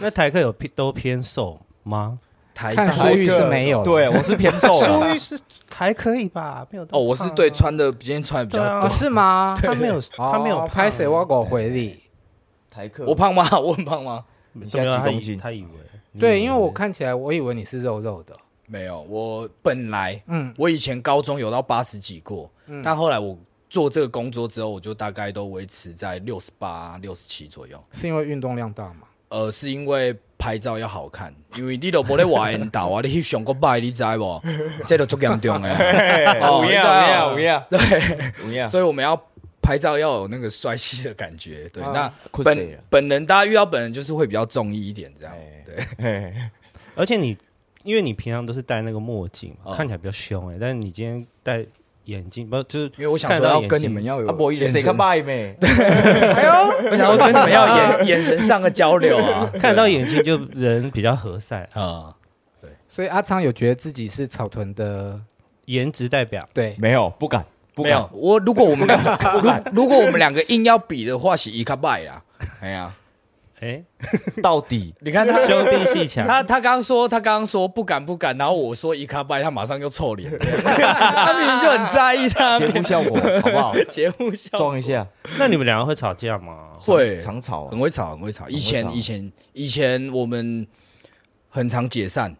Speaker 4: 那台客有偏都偏瘦吗？
Speaker 2: 台
Speaker 1: 看
Speaker 2: 大
Speaker 1: 书玉是没有的
Speaker 3: 对我是偏瘦啊
Speaker 4: 苏
Speaker 3: 的
Speaker 4: 玉，是还可以吧，没有
Speaker 2: 哦，我是对穿的今天穿的比较
Speaker 1: 啊，
Speaker 2: 多
Speaker 4: 对啊，
Speaker 1: 是吗？
Speaker 4: 他没有他没有啊
Speaker 1: 哦拍谁我狗回礼。
Speaker 3: 台客
Speaker 2: 我胖吗？ 我很胖吗？
Speaker 4: 没
Speaker 3: 现在
Speaker 4: 有
Speaker 3: 几
Speaker 4: 他
Speaker 3: 公
Speaker 4: 以
Speaker 3: 斤
Speaker 4: 他以为
Speaker 1: 对，因为我看起来我以为你是肉肉的，
Speaker 2: 没有，我本来
Speaker 1: 嗯，
Speaker 2: 我以前高中有到八十几过，
Speaker 1: 嗯
Speaker 2: 但后来我做这个工作之后，我就大概都维持在六十八、六十七左右。
Speaker 1: 是因为运动量大嘛？
Speaker 2: 呃，是因为拍照要好看，因为你都无咧画缘投啊，你翕上个拜，你知无？这都足严重诶。 哦
Speaker 3: 五
Speaker 2: 你知
Speaker 3: 样
Speaker 2: 道
Speaker 3: 五样五样
Speaker 2: 对，
Speaker 3: 五样，
Speaker 2: 所以我们要拍照要有那个帅气的感觉。对，
Speaker 1: 啊
Speaker 2: 那
Speaker 3: 困死
Speaker 2: 本
Speaker 3: 了
Speaker 2: 本人大家遇到本人就是会比较中意一点这样。
Speaker 3: 哎
Speaker 2: 对，
Speaker 3: 嘿
Speaker 4: 而且你，因为你平常都是戴那个墨镜嘛，
Speaker 2: 哦
Speaker 4: 看起来比较凶哎、但是你今天戴眼镜，不就是
Speaker 2: 因为我想
Speaker 4: 看
Speaker 2: 说
Speaker 4: 到
Speaker 2: 要
Speaker 4: 眼
Speaker 2: 跟你
Speaker 4: 睛
Speaker 2: 们要有
Speaker 3: 啊，不好意思，
Speaker 2: 眼
Speaker 3: 谁看
Speaker 2: 神，
Speaker 3: 拜没？
Speaker 1: 哎呦，
Speaker 2: 我想要跟你们要眼眼神上的交流啊，
Speaker 4: 看到眼睛就人比较和善，
Speaker 2: 啊。
Speaker 1: 所以阿昌有觉得自己是草屯的，
Speaker 4: 颜值代表。
Speaker 1: 对，
Speaker 3: 没有，不敢，不
Speaker 2: 没
Speaker 3: 敢
Speaker 2: 有，，我如果我们两 个，如如果我们两个硬要比的话，是一卡拜啦。哎呀，
Speaker 4: 哎、
Speaker 3: 到底
Speaker 2: 你看他
Speaker 4: 兄弟戏强，
Speaker 2: 他他刚说他刚说不敢不敢，然后我说一卡拜，他马上就臭 脸，他明明就很在意他
Speaker 3: 节目效果 好不 好？
Speaker 2: 节目效果
Speaker 3: 装一下，
Speaker 4: 那你们两个会吵架吗？
Speaker 2: 会
Speaker 3: 常吵啊
Speaker 2: 很，会吵，很会吵。以
Speaker 3: 很
Speaker 2: 前
Speaker 3: 会吵
Speaker 2: 以前以前我们很常解散，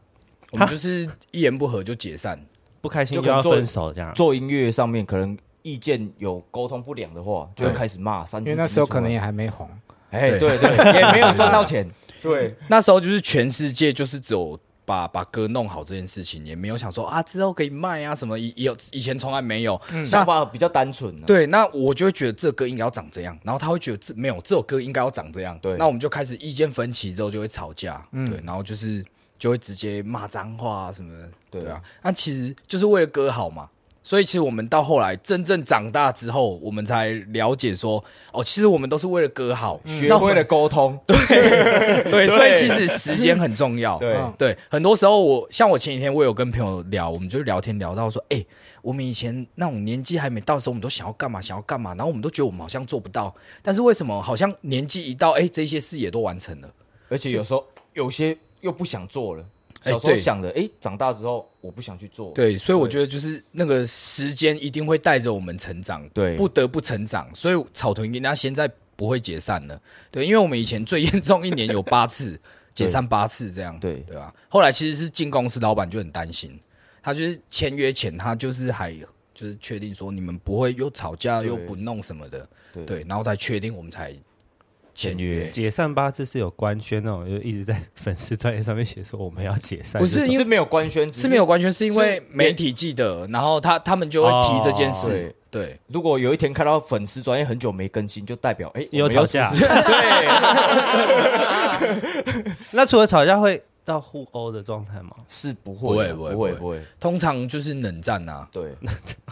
Speaker 2: 我们就是一言不合就解散。
Speaker 4: 不开心
Speaker 3: 就
Speaker 4: 就要
Speaker 3: 跟做
Speaker 4: 分手这样？
Speaker 3: 做音乐上面可能意见有沟通不良的话，就会
Speaker 2: 对
Speaker 3: 开始骂三
Speaker 1: 因
Speaker 3: 字
Speaker 1: 为
Speaker 3: 经出来。
Speaker 1: 那时候可能也还没红，
Speaker 3: 哎，
Speaker 2: 对
Speaker 3: 对对，也没有赚到钱，对，
Speaker 2: 那时候就是全世界就是只有把把歌弄好这件事情，也没有想说啊之后可以卖啊什么，以有以前从来没有。
Speaker 3: 想
Speaker 2: 那
Speaker 3: 法比较单纯啊。
Speaker 2: 对，那我就会觉得这歌应该要长这样，然后他会觉得这没有这首歌应该要长这样。
Speaker 3: 对嗯
Speaker 2: 那我们就开始意见分歧之后就会吵架，对，然后就是就会直接骂脏话啊什么的，
Speaker 3: 对
Speaker 2: 啊。那其实就是为了歌好嘛。所以其实我们到后来真正长大之后，我们才了解说，哦，其实我们都是为了歌好，
Speaker 3: 嗯学会了沟通，
Speaker 2: 对，所以其实时间很重 要。
Speaker 3: 对
Speaker 1: 嗯
Speaker 2: 对，很多时候我像我前几天我有跟朋友聊，我们就聊天聊到说，哎、我们以前那种年纪还没到的时候，我们都想要干嘛想要干嘛，然后我们都觉得我们好像做不到，但是为什么好像年纪一到，哎、这些事也都完成了？
Speaker 3: 而且有时候有些又不想做了。
Speaker 2: 哎
Speaker 3: 小时候
Speaker 2: 对
Speaker 3: 想的，哎，长大之后我不想去做。
Speaker 2: 对，所以我觉得就是那个时间一定会带着我们成长，
Speaker 3: 对
Speaker 2: 不得不成长，所以草屯跟大家现在不会解散了，对，因为我们以前最严重一年有八 次解散八次这样，
Speaker 3: 对
Speaker 2: 对吧、后来其实是进公司，老板就很担心，他就是签约前他就是还就是确定说你们不会又吵架
Speaker 3: 对
Speaker 2: 又不弄什么的，
Speaker 3: 对
Speaker 2: 对，然后才确定我们才签约。
Speaker 4: 解散八字是有官宣那种，就一直在粉丝专业上面写说我们要解散，
Speaker 2: 不是因为
Speaker 3: 是没有官宣，只
Speaker 2: 是没有。官宣，是因为媒体记得，然后他他们就会提这件
Speaker 3: 哦
Speaker 2: 事
Speaker 3: 对，
Speaker 2: 对，
Speaker 3: 如果有一天看到粉丝专业很久没更新，就代表哎
Speaker 4: 有吵架。
Speaker 3: 我们要出事对，
Speaker 4: 那除了吵架会到互殴的状态吗？
Speaker 3: 是不
Speaker 2: 不
Speaker 3: 会
Speaker 2: 会
Speaker 3: 的，
Speaker 2: 不会
Speaker 3: 不会，
Speaker 2: 不
Speaker 3: 不会，
Speaker 2: 通常就是冷战啊，
Speaker 3: 对，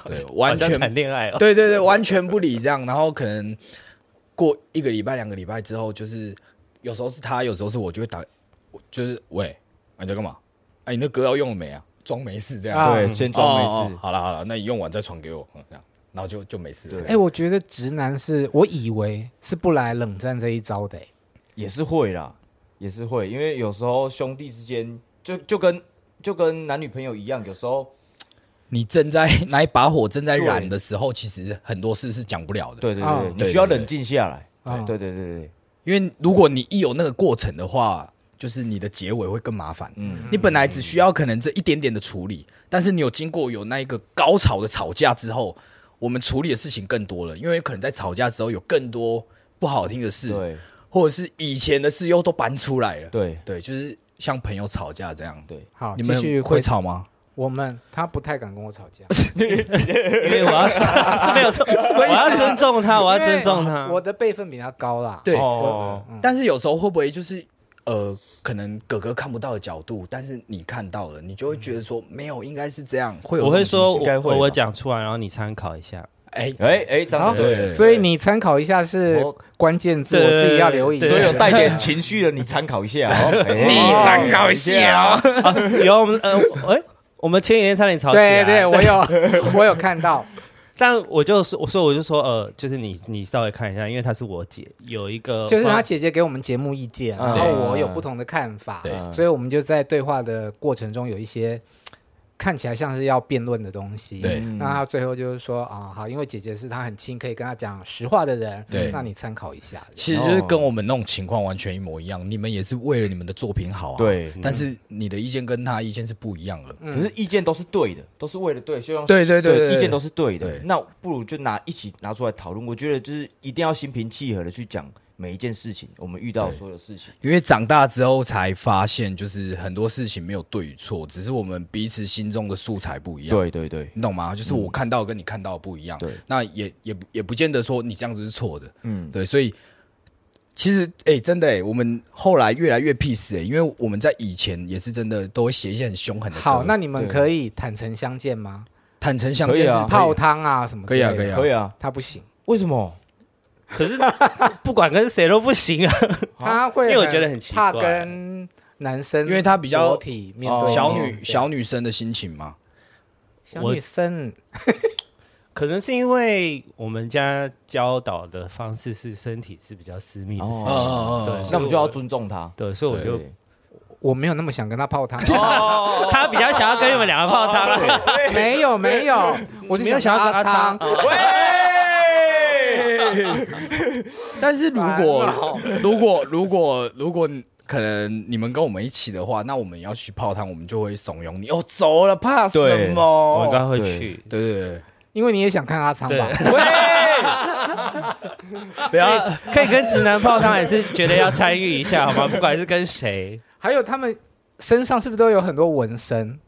Speaker 2: 对，完
Speaker 4: 好
Speaker 2: 全
Speaker 4: 像谈恋爱 哦。
Speaker 2: 对对对，完全不理这样，然后可能过一个礼拜、两个礼拜之后，就是有时候是他，有时候是我，就会打，我就是喂，啊、你在干嘛？哎、你那歌要用了没啊？ 装没事这样，
Speaker 1: 啊
Speaker 3: 对，先装没
Speaker 2: 哦
Speaker 3: 事
Speaker 2: 哦。好了好了，那你用完再传给我，嗯这样，然后就就没事了。
Speaker 1: 哎、我觉得直男是我以为是不来冷战这一招的、欸，
Speaker 3: 也是会啦，也是会，因为有时候兄弟之间就就跟就跟男女朋友一样，有时候
Speaker 2: 你正在那一把火正在燃
Speaker 3: 对
Speaker 2: 的时候，其实很多事是讲不了的。，
Speaker 3: 对对
Speaker 1: 啊
Speaker 3: 对，
Speaker 2: 对
Speaker 3: 你需要
Speaker 2: 对对
Speaker 3: 冷静下来。
Speaker 1: 啊
Speaker 3: 对对对对对，
Speaker 2: 因为如果你一有那个过程的话，就是你的结尾会更麻烦。
Speaker 3: 嗯，
Speaker 2: 你本来只需要可能这一点点的处理，但是你有经过有那一个高潮的吵架之后，我们处理的事情更多了，因为可能在吵架之后有更多不好听的事，
Speaker 3: 对
Speaker 2: 或者是以前的事又都搬出来了。
Speaker 3: 对
Speaker 2: 对，就是像朋友吵架这样。
Speaker 3: 对，
Speaker 1: 好，
Speaker 2: 你
Speaker 1: 继续
Speaker 2: 们
Speaker 1: 回
Speaker 2: 会。吵吗？
Speaker 1: 我们他不太敢跟我吵架，
Speaker 4: 因为我要 是没有错，我要尊重他，我要尊重
Speaker 1: 因
Speaker 4: 他。
Speaker 1: 为我的辈分比他高啦。嗯
Speaker 2: 对，
Speaker 4: 哦，
Speaker 2: 但是有时候会不会就是呃，可能哥哥看不到的角度，但是你看到了，你就会觉得说没有，应该是这样。会有
Speaker 4: 我
Speaker 2: 这
Speaker 4: 会
Speaker 2: 种情
Speaker 4: 说
Speaker 2: 形
Speaker 3: 应该
Speaker 4: 我
Speaker 3: 会吧
Speaker 4: 我讲出来，然后你参考一下。
Speaker 2: 哎
Speaker 3: 哎哎，这样
Speaker 1: 好
Speaker 3: 子对，对
Speaker 1: 所以你参考一下是
Speaker 3: 我
Speaker 1: 关键字，
Speaker 4: 对
Speaker 1: 我自己要留意一下。
Speaker 4: 对
Speaker 3: 所以有带点情绪的，你参考一下 哦。你
Speaker 2: 参考一下
Speaker 3: 哦。
Speaker 4: 啊，有我们呃，哎，我们前几天差点吵起 来。
Speaker 1: 对对，我有我有看到。
Speaker 4: 但我就说，我说我就说，呃，就是你你稍微看一下，因为她是我姐，有一个
Speaker 1: 就是她
Speaker 4: 她
Speaker 1: 姐姐给我们节目意见，
Speaker 3: 嗯
Speaker 1: 然后
Speaker 3: 对
Speaker 1: 我有不同的看法，
Speaker 3: 哦
Speaker 2: 对
Speaker 1: 所以我们就在对话的过程中有一些看起来像是要辩论的东西。
Speaker 2: 对
Speaker 4: 嗯
Speaker 3: 嗯
Speaker 1: 那他最后就是说啊，好，因为姐姐是她很亲，可以跟她讲实话的人，
Speaker 2: 对
Speaker 1: 那你参考一下。
Speaker 2: 其实
Speaker 3: 哦
Speaker 2: 就是跟我们那种情况完全一模一样，你们也是为了你们的作品好啊。
Speaker 3: 对嗯
Speaker 2: 但是你的意见跟他意见是不一样的。
Speaker 3: 可是意见都是对的，都是为了对，希望
Speaker 2: 对对对对
Speaker 3: 意见都是对的
Speaker 2: 对。
Speaker 3: 那不如就拿一起拿出来讨论。我觉得就是一定要心平气和的去讲每一件事情，我们遇到的所有事情。
Speaker 2: 因为长大之后才发现，就是很多事情没有对与错，只是我们彼此心中的素材不一样。，
Speaker 3: 对对对，
Speaker 2: 你懂吗？就是我看到跟你看到的不一样。
Speaker 3: 对
Speaker 2: 那也也不也不见得说你这样子是错的。
Speaker 3: 嗯，
Speaker 2: 对，所以其实哎、真的哎、我们后来越来越 peace 哎、因为我们在以前也是真的都会写一些很凶狠的歌。
Speaker 1: 好，那你们可以坦诚相见吗？
Speaker 2: 坦诚相见
Speaker 3: 可以
Speaker 2: 是
Speaker 3: 啊
Speaker 1: 泡汤啊什么之
Speaker 2: 可以啊
Speaker 1: 类的
Speaker 2: 可以啊
Speaker 3: 可以啊。
Speaker 1: 他不行，
Speaker 3: 为什么？
Speaker 4: 可是不管跟谁都不行啊。
Speaker 1: 他会
Speaker 4: 因为我
Speaker 1: 很
Speaker 4: 觉得很奇
Speaker 1: 怕
Speaker 4: 怪
Speaker 1: 跟男生，
Speaker 2: 因为他比较
Speaker 1: 体面对
Speaker 3: 哦
Speaker 2: 小
Speaker 1: 面
Speaker 2: 女
Speaker 1: 这样
Speaker 2: 小女生的心情嘛。
Speaker 1: 小
Speaker 4: 我
Speaker 1: 女生，
Speaker 4: 可能是因为我们家教导的方式是身体是比较私密的事情，
Speaker 2: 哦
Speaker 4: 对，所以
Speaker 3: 那我们就要尊重他。
Speaker 4: 对，所以我就
Speaker 3: 对
Speaker 1: 我没有那么想跟他泡汤，
Speaker 4: 哦他比较想要跟你们两个泡汤了。
Speaker 1: 没有没有，我是
Speaker 4: 没有想要跟啊
Speaker 1: 阿
Speaker 4: 阿
Speaker 1: 汤
Speaker 4: 汤，
Speaker 2: 但是如果
Speaker 1: 烦哦
Speaker 2: 如果如果如果可能你们跟我们一起的话，那我们要去泡汤，我们就会怂恿你哦，走了，怕什
Speaker 3: 对
Speaker 4: 我应该
Speaker 2: 么？
Speaker 4: 会去。
Speaker 2: 对对对
Speaker 1: 因为你也想看阿汤
Speaker 4: 对，
Speaker 1: 吧？
Speaker 2: 对，不要
Speaker 4: 可以跟直男泡汤，也是觉得要参与一 下，好吗？不管是跟谁，
Speaker 1: 还有他们身上是不是都有很多纹身？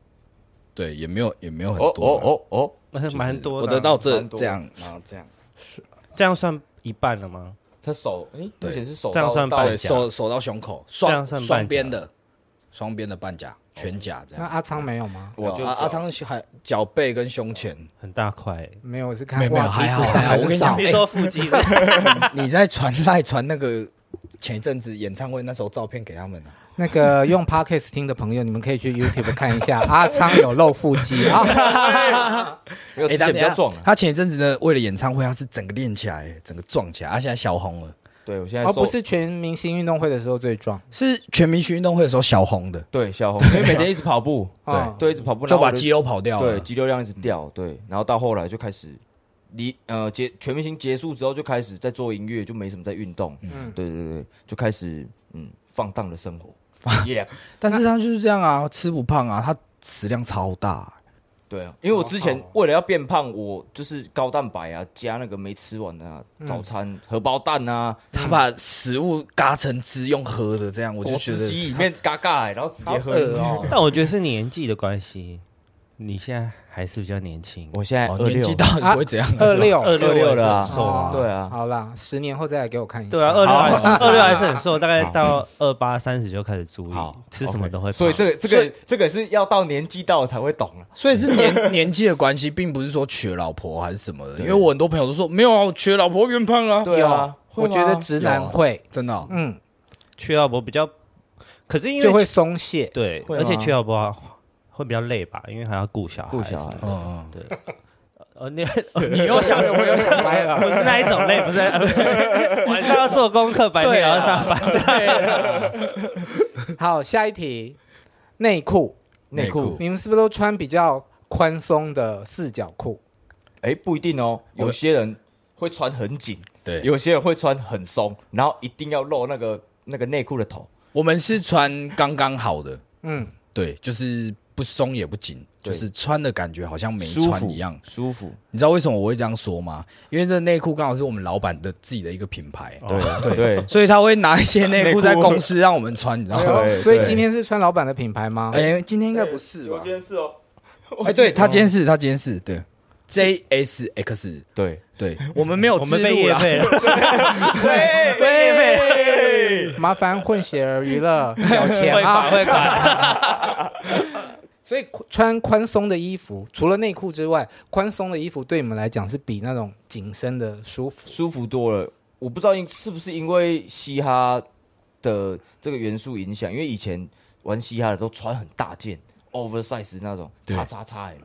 Speaker 2: 对，也没有也没有很
Speaker 3: 哦
Speaker 2: 多啊啦，
Speaker 3: 哦哦哦，
Speaker 2: 就是
Speaker 4: 蛮多
Speaker 2: 我
Speaker 4: 的啊。
Speaker 2: 得到这
Speaker 3: 蛮多
Speaker 2: 这样，然后这样，
Speaker 4: 这样算一半了吗？
Speaker 3: 他手哎，目
Speaker 2: 对
Speaker 3: 前是手
Speaker 4: 这样
Speaker 3: 到
Speaker 4: 算
Speaker 3: 到
Speaker 4: 半
Speaker 2: 对
Speaker 4: 甲
Speaker 2: 手手到胸口，
Speaker 4: 这样
Speaker 2: 双
Speaker 4: 算半甲
Speaker 2: 双边的，双边的半甲，全甲这
Speaker 1: 那
Speaker 2: 样。
Speaker 1: 阿汤没有吗？
Speaker 3: 我就
Speaker 2: 啊阿
Speaker 3: 脚
Speaker 2: 昌还脚背跟胸前，
Speaker 4: 很大块欸。
Speaker 1: 没有，我是看
Speaker 2: 没有没有
Speaker 1: 哇
Speaker 2: 还好
Speaker 1: 体脂肪
Speaker 2: 还好我跟你
Speaker 1: 很少
Speaker 2: 讲
Speaker 4: 别说腹 肌，
Speaker 2: 你在传赖传那个前一阵子演唱会那时候照片给他们啊。
Speaker 1: 那个用 podcast 听的朋友，你们可以去 YouTube 看一下，阿昌有露腹肌啊。
Speaker 3: 没有之
Speaker 2: 哎，
Speaker 3: 前
Speaker 2: 等
Speaker 3: 比
Speaker 2: 一
Speaker 3: 较
Speaker 2: 下
Speaker 3: 壮啊。
Speaker 2: 他前一阵子呢，为了演唱会，他是整个练起来，整个壮起来，他现在小红了，
Speaker 3: 对我现在
Speaker 1: 而
Speaker 3: 瘦
Speaker 1: 哦不是全明星运动会的时候最壮
Speaker 2: 是全民运动会的时候小红的，
Speaker 3: 对小红，因为每天一直跑步，
Speaker 1: 啊。
Speaker 3: 对，一直跑步，
Speaker 2: 就
Speaker 3: 然后
Speaker 2: 把
Speaker 3: 我
Speaker 2: 肌肉跑掉了。
Speaker 3: 对，肌肉量一直掉，对，然后到后来就开始离呃结全明星结束之后就开始在做音乐，就没什么在运动，
Speaker 1: 嗯
Speaker 3: 嗯，对对对，就开始嗯放荡的生活，yeah，
Speaker 2: 但是他就是这样啊，吃不胖啊，他食量超大。
Speaker 3: 对啊，因为我之前为了要变胖，我就是高蛋白啊，加那个没吃完的啊，早餐荷包蛋啊，
Speaker 2: 他把食物嘎成汁用喝的，这样我
Speaker 3: 我
Speaker 2: 就觉
Speaker 3: 自
Speaker 2: 得
Speaker 3: 己里面嘎嘎、欸，然后直
Speaker 1: 好
Speaker 3: 接喝
Speaker 1: 恶哦！
Speaker 4: 但我觉得是年纪的关系，你现在还是比较年轻。
Speaker 3: 我现在
Speaker 2: 哦
Speaker 3: 二
Speaker 2: 年
Speaker 3: 六
Speaker 2: 纪，大你不会这样啊。
Speaker 1: 二
Speaker 2: 是吧
Speaker 1: 六
Speaker 4: 二六
Speaker 3: 26
Speaker 4: 我也是
Speaker 3: 了啊
Speaker 4: 很瘦啊，
Speaker 3: 对啊
Speaker 1: 哦好啦，十年后再来给我看一下。
Speaker 4: 对啊，二六还
Speaker 2: 好
Speaker 4: 二六还是很瘦，大概到二八三十就开始注意
Speaker 3: 好，
Speaker 4: 吃什么都会胖。
Speaker 3: 所以这个这
Speaker 2: 所以
Speaker 3: 个这个是要到年纪到了才会懂啊，
Speaker 2: 所以是年年纪的关系，并不是说娶了老婆还是什么的。因为我很多朋友都说没有啊，我娶了老婆变胖了啊。
Speaker 3: 对啊，
Speaker 1: 我觉得
Speaker 3: 会吗
Speaker 1: 直男会，
Speaker 2: 真的哦
Speaker 1: 嗯，
Speaker 4: 缺药我比较，可是因
Speaker 1: 就会
Speaker 4: 为
Speaker 1: 松 懈。
Speaker 4: 对，
Speaker 3: 会吗
Speaker 4: 而且缺药波会比较累吧，因为还要顾小孩。
Speaker 3: 顾小孩。
Speaker 2: 嗯，嗯
Speaker 4: 呃，你
Speaker 2: 嗯你又想
Speaker 1: 我又想歪了。
Speaker 4: 不是那一种累，不是晚上要做功课，白天也要上班。
Speaker 1: 好，下一题，内裤，
Speaker 3: 内裤，
Speaker 1: 你们是不是都穿比较宽松的四角裤？
Speaker 3: 哎，不一定哦，
Speaker 2: 我
Speaker 3: 有些人会穿很紧，
Speaker 2: 对，
Speaker 3: 有些人会穿很松，然后一定要露那个那个内裤的头。
Speaker 2: 我们是穿刚刚好的，
Speaker 1: 嗯，
Speaker 2: 对，就是不松也不紧，
Speaker 3: 对
Speaker 2: 就是穿的感觉好像没
Speaker 3: 舒服
Speaker 2: 穿一样。
Speaker 3: 舒服，
Speaker 2: 你知道为什么我会这样说吗？因为这内裤刚好是我们老板的自己的一个品牌，
Speaker 3: 对哦对，
Speaker 2: 所以他会拿一些内
Speaker 3: 内
Speaker 2: 裤
Speaker 3: 裤
Speaker 2: 在公司让我们穿，你知道
Speaker 1: 哎
Speaker 2: 吗？
Speaker 1: 呦
Speaker 3: 对
Speaker 1: 所以
Speaker 3: 对
Speaker 1: 今天是穿老板的品牌吗？
Speaker 2: 哎、今天应该不是吧？
Speaker 3: 是哦，
Speaker 2: 哎，对他今天是，他今天是对 JSX，
Speaker 3: 对
Speaker 2: 对 啊我们没有自
Speaker 4: 我们被
Speaker 2: 录
Speaker 4: 业
Speaker 2: 啦，
Speaker 4: 配了，
Speaker 3: 哎对对，
Speaker 1: 麻烦混血儿娱 乐小钱
Speaker 4: 会
Speaker 1: 啊
Speaker 4: 管！会管。
Speaker 1: 所以穿宽松的衣服，除了内裤之外，宽松的衣服对你们来讲是比那种紧身的舒服。
Speaker 3: 舒服多了。我不知道因是不是因为嘻哈的这个元素影响，因为以前玩嘻哈的都穿很大件，oversize 那种，
Speaker 2: 对
Speaker 3: 叉叉叉 L。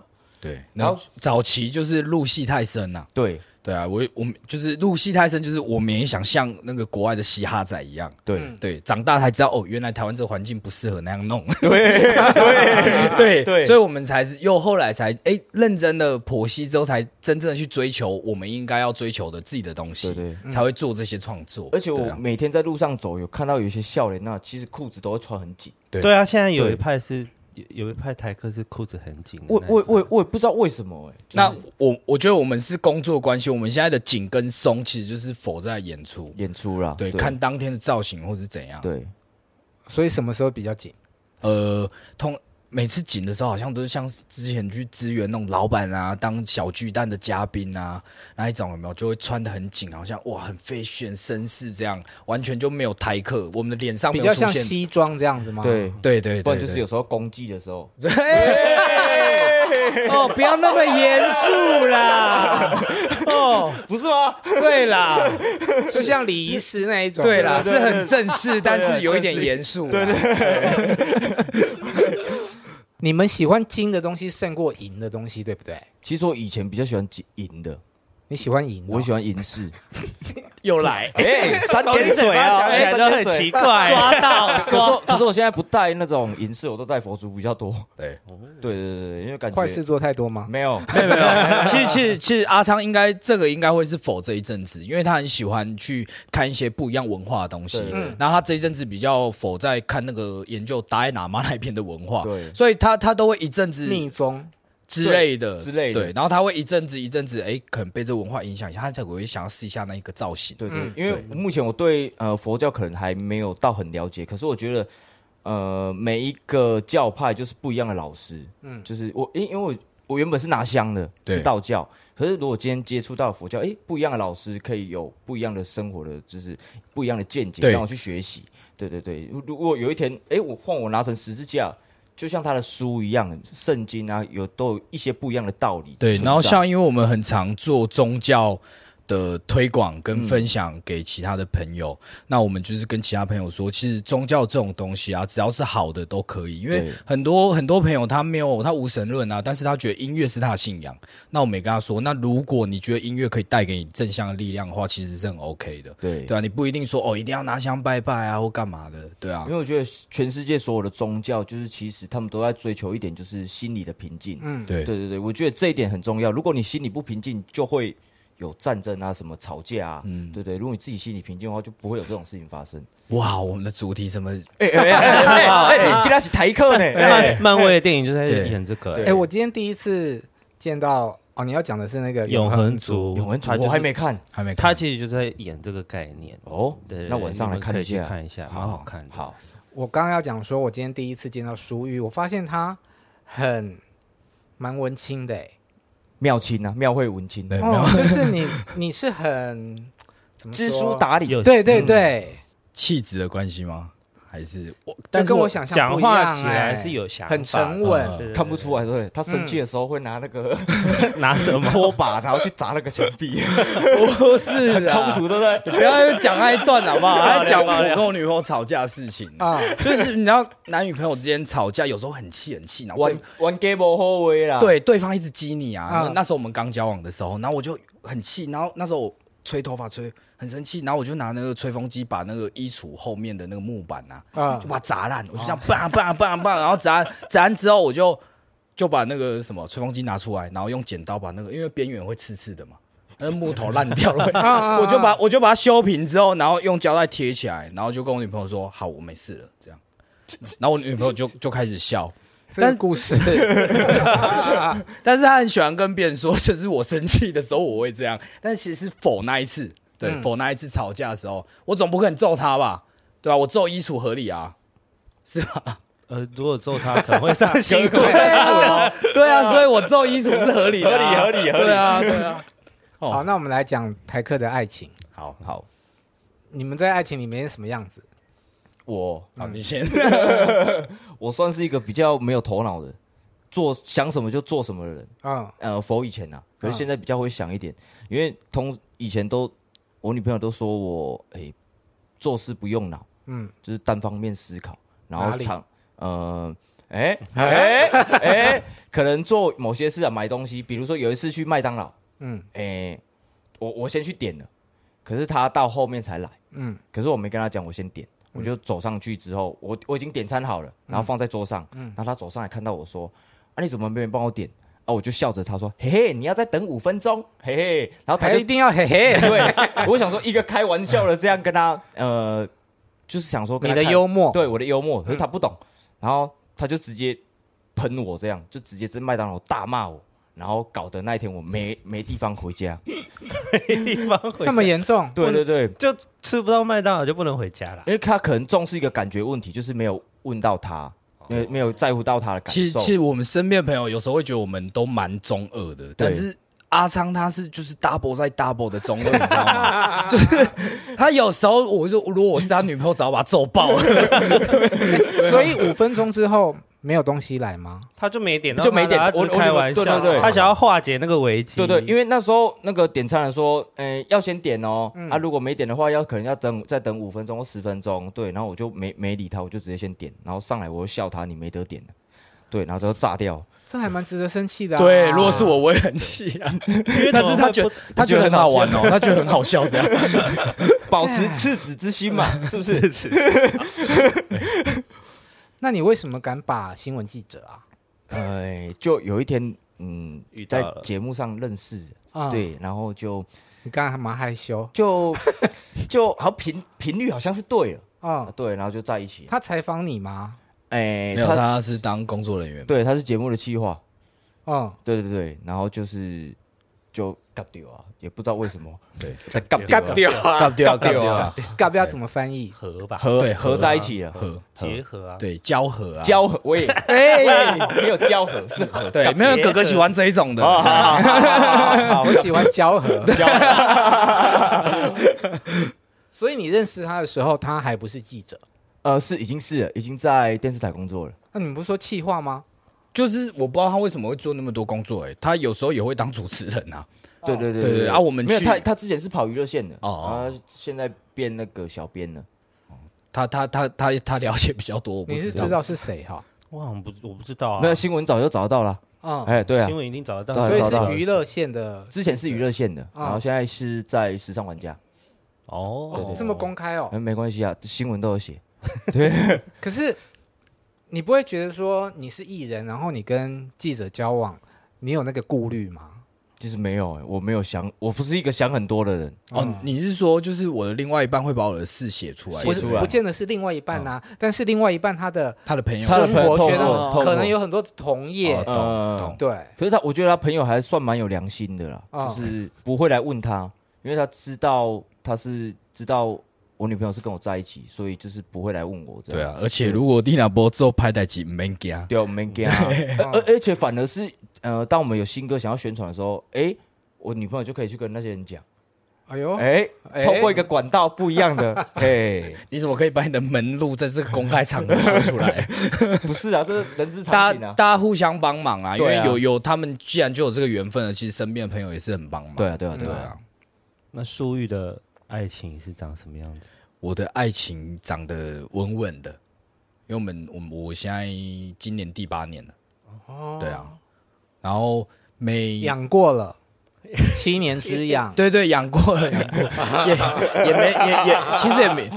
Speaker 2: 对，然后早期就是入戏太深呐、
Speaker 3: 对
Speaker 2: 对啊，我我就是入戏太深，就是我们也想像那个国外的嘻哈仔一样，
Speaker 3: 对、
Speaker 2: 对，长大才知道哦，原来台湾这个环境不适合那样弄，
Speaker 3: 对 对
Speaker 2: 对
Speaker 3: 对
Speaker 2: 所以我们才是又后来才哎、认真的剖析之后，才真正的去追求我们应该要追求的自己的东西，
Speaker 3: 对
Speaker 2: 才会做这些创作。
Speaker 3: 而且
Speaker 2: 嗯
Speaker 3: 我
Speaker 2: 对啊
Speaker 3: 每天在路上走，有看到有一些笑脸，那其实裤子都会穿很紧。
Speaker 2: 对
Speaker 4: 对啊，现在有
Speaker 3: 对
Speaker 4: 一派是有有一派台客是裤子很紧的那
Speaker 3: 我
Speaker 4: 一派，
Speaker 3: 我我我也不知道为什么哎、
Speaker 2: 那我我觉得我们是工作关系，我们现在的紧跟松其实就是否在演出，
Speaker 3: 演出啦，
Speaker 2: 啊对，看当天的造型或是怎样。
Speaker 3: 对
Speaker 1: 所以什么时候比较紧？
Speaker 2: 呃，通每次紧的时候，好像都是像之前去支援那种老板啊，当小巨蛋的嘉宾啊，那一种有没有就会穿的很紧，好像哇很 fashion 绅士这样，完全就没有台客，我们的脸上没
Speaker 1: 比较
Speaker 2: 有出
Speaker 1: 像
Speaker 2: 现。
Speaker 1: 西装这样子吗？，
Speaker 3: 对，
Speaker 2: 对啊对对
Speaker 3: 不然就是
Speaker 2: 对
Speaker 3: 有时候攻击的时候，
Speaker 2: 哦，不要那么严肃 啦。哦，
Speaker 3: 不是吗？
Speaker 2: 对啦，
Speaker 1: 就像礼仪师那一种。
Speaker 2: 对啦，是很正式，但是有一点严肃啦。对对
Speaker 1: 你们喜欢金的东西胜过银的东西，对不对？
Speaker 3: 其实我以前比较喜欢赢的，
Speaker 1: 你喜欢银的哦，
Speaker 3: 我喜欢银饰。
Speaker 2: 又 来
Speaker 3: 哎，三
Speaker 4: 点水啊，讲起来都很奇。怪。
Speaker 2: 抓到
Speaker 3: 可是我可是我现在不戴那种银饰，我都戴佛珠比较多。
Speaker 2: 对。
Speaker 3: 对对对对，因为感
Speaker 1: 坏事
Speaker 3: 觉
Speaker 1: 做太多吗？
Speaker 3: 没有
Speaker 2: 没有没有，其实其实其实阿昌应该这个应该会是否这一阵子，因为他很喜欢去看一些不一样文化的东西
Speaker 3: 对，
Speaker 1: 嗯
Speaker 2: 然后他这一阵子比较否在看那个研究达赖喇嘛那一片的文化，
Speaker 3: 对
Speaker 2: 所以他他都会一阵子
Speaker 1: 密宗
Speaker 2: 之类的
Speaker 3: 对之类的
Speaker 2: 对，然后他会一阵子一阵子，哎，可能被这文化影响一下，他才会想要试一下那一个造型，
Speaker 3: 对对
Speaker 1: 嗯，
Speaker 3: 因为目前我对呃佛教可能还没有到很了解，可是我觉得呃每一个教派就是不一样的老师，嗯，就是我因因为我我原本是拿香的，
Speaker 2: 对
Speaker 3: 是道教，可是如果今天接触到佛教，诶，不一样的老师可以有不一样的生活的，就是不一样的见解，
Speaker 2: 对
Speaker 3: 让我去学习。对对对，如如果有一天，诶，我换我拿成十字架。就像他的书一样，圣经啊，有都有一些不一样的道理存在。
Speaker 2: 对，然后像因为我们很常做宗教的推广跟分享给其他的朋友，那我们就是跟其他朋友说，其实宗教这种东西啊，只要是好的都可以，因为
Speaker 3: 对
Speaker 2: 很多很多朋友他没有他无神论啊，但是他觉得音乐是他的信仰，那我们也跟他说，那如果你觉得音乐可以带给你正向的力量的话，其实是很 OK 的。
Speaker 3: 对
Speaker 2: 对啊，你不一定说哦，一定要拿香拜拜啊，或干嘛的，对啊
Speaker 3: 因为，我觉得全世界所有的宗教，就是其实他们都在追求一点，就是心理的平静。嗯，
Speaker 2: 对
Speaker 3: 对对对，我觉得这一点很重要。如果你心里不平静，就会有战争啊，什么吵架啊，对对。如果你自己心里平静的话，就不会有这种事情发生。
Speaker 2: 哇，我们的主题什么
Speaker 3: 哎哎哎哎，跟他是台客呢，
Speaker 4: 漫漫威的电影就在
Speaker 2: 对
Speaker 4: 演这个，
Speaker 3: 哎对
Speaker 4: 哎
Speaker 1: 哎，我今天第一次见到哦，你要讲的是那个
Speaker 4: 永恒
Speaker 1: 恒
Speaker 4: 族，
Speaker 3: 永恒主
Speaker 4: 他就是
Speaker 3: 我还没看
Speaker 2: 还没看
Speaker 4: 他？其实就在演这个概念。
Speaker 3: 哦
Speaker 4: 对，对，
Speaker 3: 那
Speaker 4: 对
Speaker 3: 晚上
Speaker 4: 你
Speaker 3: 来
Speaker 4: 们
Speaker 3: 看
Speaker 4: 可
Speaker 3: 一
Speaker 4: 以去
Speaker 3: 下。
Speaker 4: 看一下，蛮好 看的。
Speaker 3: 好，
Speaker 1: 我刚刚要讲说，我今天第一次见到淑玉，我发现她很蛮文青的，哎，
Speaker 3: 妙清啊，庙会文清，
Speaker 2: 对，没有
Speaker 1: 哦，就是你你是很怎么说
Speaker 3: 知书达理，
Speaker 4: 有
Speaker 1: 对对对，
Speaker 2: 气质的关系吗？还是我？
Speaker 1: 就
Speaker 2: 但是
Speaker 1: 跟我
Speaker 2: 我
Speaker 1: 想象
Speaker 4: 讲
Speaker 1: 不一样
Speaker 4: 话起来
Speaker 1: 哎
Speaker 4: 是有想法，
Speaker 1: 很沉稳
Speaker 2: 呃
Speaker 4: 嗯对对对
Speaker 3: 看不出来对不对？他生气的时候会拿那个
Speaker 4: 拿什 么。
Speaker 3: 拖嗯把，然后去砸那个墙 壁，
Speaker 2: 不是
Speaker 3: 很
Speaker 2: 啦
Speaker 3: 冲突，对不对？
Speaker 2: 你不要又讲那一段好不 好？还讲我跟我女朋友吵架的事情啊，
Speaker 1: 啊，
Speaker 2: 就是你知道男女朋友之间吵架，有时候很气很气，然后
Speaker 3: 玩
Speaker 2: 对
Speaker 3: 玩 game 后卫啦，
Speaker 2: 对对方一直激你啊。
Speaker 1: 啊
Speaker 2: 那那时候我们刚交往的时候，然后我就很气，然后那时候我吹头发吹很生气，然后我就拿那个吹风机把那个衣橱后面的那个木板啊，
Speaker 1: 啊
Speaker 2: 就把它砸烂，我就这样 棒棒棒棒，然后砸烂砸烂之后，我就就把那个什么吹风机拿出来，然后用剪刀把那个因为边缘会刺刺的嘛，那木头烂掉了，
Speaker 1: 啊
Speaker 2: 我就把我就把它修平之后，然后用胶带贴起来，然后就跟我女朋友说：“好，我没事了。”这样，然后我女朋友就就开始笑，
Speaker 1: 这是故事
Speaker 2: 但是她很喜欢跟别人说，就是我生气的时候我会这样，但其实否那一次，
Speaker 3: 嗯
Speaker 2: 对，否、那一次吵架的时候，我总不可能揍她吧，对吧、我揍衣橱合理啊，是吧？
Speaker 4: 呃，如果揍他可能会上 新闻。
Speaker 2: 对啊，对 啊，所以我揍衣橱是合理的、啊，
Speaker 3: 合理合理合理
Speaker 2: 对啊，对啊。 哦
Speaker 1: 好，那我们来讲台客的爱情，
Speaker 2: 好
Speaker 3: 好，
Speaker 1: 你们在爱情里面是什么样子？
Speaker 3: 我
Speaker 2: 好，你 先，
Speaker 3: 我算是一个比较没有头脑的，做想什么就做什么的人。
Speaker 1: 嗯
Speaker 3: 呃，否以前啊，可是现在比较会想一点，因为通以前都我女朋友都说我诶、做事不用脑，
Speaker 1: 嗯，
Speaker 3: 就是单方面思考，然
Speaker 1: 哪
Speaker 3: 后
Speaker 1: 里
Speaker 2: 啊
Speaker 3: 常呃哎哎哎，可能做某些市场买东西，比如说有一次去麦当劳，
Speaker 1: 嗯
Speaker 3: 诶、我我先去点了，可是他到后面才来，
Speaker 1: 嗯
Speaker 3: 可是我没跟他讲我先点，我就走上去之后，我我已经点餐好了，
Speaker 1: 嗯
Speaker 3: 然后放在桌上，然后他走上来看到我说，啊你怎么没人帮我点？啊我就笑着他说，嘿嘿，你要再等五分钟，嘿嘿，然后他
Speaker 1: 还
Speaker 3: 就
Speaker 1: 哎一定要嘿 嘿，
Speaker 3: 对，我想说一个开玩笑的这样跟他，呃，就是想说跟
Speaker 1: 你
Speaker 3: 他
Speaker 1: 的
Speaker 3: 开
Speaker 1: 幽默，嗯
Speaker 3: 对我的幽默，可是他不懂，然后他就直接喷我，这样就直接在麦当劳大骂我，然后搞得那一天我没没地方回家。
Speaker 4: 地方回
Speaker 1: 这么严重，
Speaker 3: 对对对，
Speaker 4: 就吃不到麦当劳就不能回家了。
Speaker 3: 因为他可能重视一个感觉问题，就是没有问到他，没有没有在乎到他的感受。
Speaker 2: 其实，其实我们身边的朋友有时候会觉得我们都蛮中二的，但是阿昌他是就是 double 再 double 的中二，你知道 吗？就是他有时候，我就如果我是他女朋友，早把他揍爆了。
Speaker 1: 所以五分钟之后没有东西来吗？
Speaker 4: 他就没点到
Speaker 3: 就
Speaker 4: 麦
Speaker 3: 没点
Speaker 4: 当劳，他只是
Speaker 3: 我
Speaker 4: 开玩笑，啊
Speaker 3: 我对对对
Speaker 4: 他想要化解那个危机，
Speaker 3: 对对，因
Speaker 4: 为
Speaker 3: 为那时候那个点餐人说，嗯，要先点哦，啊，如果没点的话，要可能要等再等五分钟或十分钟，对，然后我就没没理他，我就直接先点，然后上来我就笑他，你没得点了，对，然后他就炸掉，
Speaker 1: 这还蛮值得生气的啊。
Speaker 2: 对，如果是我，我也很气啊。但是他觉得他觉得很好玩哦，他觉得很好笑这样。
Speaker 3: 保持赤子之心嘛，是不是？
Speaker 1: 那你为什么敢把新闻记者啊？
Speaker 3: 哎，就有一天，嗯
Speaker 4: 遇，到
Speaker 3: 在
Speaker 4: 了
Speaker 3: 节目上认识，
Speaker 1: 啊，
Speaker 3: 对，然后就
Speaker 1: 你刚才还蛮害羞
Speaker 3: 就就好像频频率好像是对了，
Speaker 1: 啊。
Speaker 3: 呃对，然后就在一起，
Speaker 1: 他采访你吗？
Speaker 3: 哎
Speaker 2: 没，有，他是当工作人员。
Speaker 3: 对，他是节目的企划，
Speaker 1: 嗯，
Speaker 3: 对对对，然后就是就尬掉啊，也不知道为什么，
Speaker 2: 对，
Speaker 3: 在尬
Speaker 4: 尬
Speaker 3: 啊
Speaker 2: 掉啊，干掉，干掉啊，
Speaker 1: 要不要怎么翻译？
Speaker 4: 合吧，
Speaker 3: 合
Speaker 2: 对
Speaker 3: 合
Speaker 2: 合
Speaker 3: 在
Speaker 2: 啊
Speaker 3: 一起了，
Speaker 2: 合
Speaker 4: 结合啊，
Speaker 2: 对交合啊，
Speaker 3: 交合 我也哎，没有交合是合，
Speaker 2: 对，没有哥哥喜欢这一种的。 啊
Speaker 3: 好好好好好
Speaker 1: 我喜欢交合。
Speaker 3: 交合
Speaker 1: 所以你认识他的时候，他还不是记者。
Speaker 3: 呃是已经是了已经在电视台工作了，
Speaker 1: 那你们不是说气话吗？
Speaker 2: 就是我不知道他为什么会做那么多工作，哎，他有时候也会当主持人啊。
Speaker 3: 对对对
Speaker 2: 对对啊我们
Speaker 3: 没有
Speaker 2: 去
Speaker 3: 他他之前是跑娱乐线的，
Speaker 2: 哦哦
Speaker 3: 哦，现在变那个小编了，
Speaker 2: 他他他他他了解比较多，我不
Speaker 1: 你是
Speaker 2: 知
Speaker 1: 知
Speaker 2: 道。
Speaker 1: 道是谁哈？
Speaker 4: 我好像不我不知道啊，
Speaker 3: 没有新闻早就找得到了，
Speaker 2: 哦
Speaker 1: 嗯，
Speaker 3: 哎对啊
Speaker 4: 新，闻一定找得到，
Speaker 3: 对
Speaker 1: 所以
Speaker 3: 找到
Speaker 1: 是娱乐线的，
Speaker 3: 之前是娱乐线的，
Speaker 1: 哦
Speaker 3: 然后现在是在时尚玩家，对
Speaker 4: 哦
Speaker 3: 对，
Speaker 1: 这么公开哦。
Speaker 3: 哎没关系啊，新闻都有写，
Speaker 1: 可是你不会觉得说你是艺人，然后你跟记者交往，你有那个顾虑吗？
Speaker 3: 其实没有哎，我没有想，我不是一个想很多的人，
Speaker 2: 哦，你是说就是我的另外一半会把我的事写出来，
Speaker 3: 写
Speaker 1: 不
Speaker 3: 出
Speaker 1: 是，
Speaker 3: 来
Speaker 1: 不见得是另外一半呐，但是另外一半他的
Speaker 2: 他的朋友
Speaker 3: 他的
Speaker 1: 生
Speaker 3: 朋友
Speaker 1: 活圈
Speaker 3: 透过透
Speaker 1: 啊，
Speaker 3: 过
Speaker 1: 可能有很多同业
Speaker 2: 哦，
Speaker 3: 呃
Speaker 2: 懂懂。啊
Speaker 1: 对，
Speaker 3: 可是他，我觉得他朋友还算蛮有良心的啦，
Speaker 1: 哦
Speaker 3: 就是不会来问他，因为他知道他是知道我女朋友是跟我在一起，所以就是不会来问我这
Speaker 2: 对
Speaker 3: 样。
Speaker 2: 啊，而且如果蒂娜波之后拍代集没加，
Speaker 3: 对啊，我们 给啊，而而而且反而是呃，当我们有新歌想要宣传的时候，诶，我女朋友就可以去跟那些人讲，
Speaker 1: 哎
Speaker 2: 哦
Speaker 1: 呦，
Speaker 3: 诶，
Speaker 1: 哎
Speaker 3: 通过一个管道不一样的， 诶，
Speaker 2: 你怎么可以把你的门路在这个公开场合说出来？
Speaker 3: 不是啊，这是人之
Speaker 2: 大
Speaker 3: 常情
Speaker 2: 家
Speaker 3: 啊。
Speaker 2: 大家互相帮忙啊，因
Speaker 3: 对
Speaker 2: 为
Speaker 3: 啊
Speaker 2: 有有他们既然就有这个缘分了，其实身边的朋友也是很帮忙。
Speaker 3: 对啊，对啊，对
Speaker 2: 对
Speaker 3: 啊，
Speaker 2: 啊，
Speaker 4: 那苏玉的爱情是长什么样子？
Speaker 2: 我的爱情长得稳稳的，因为我们我们我现在今年第八年了，
Speaker 1: 哦
Speaker 2: 对啊，然后每
Speaker 1: 养过了，七年之痒，
Speaker 2: 对对，养过 了，养过了，也也没也也，其实也没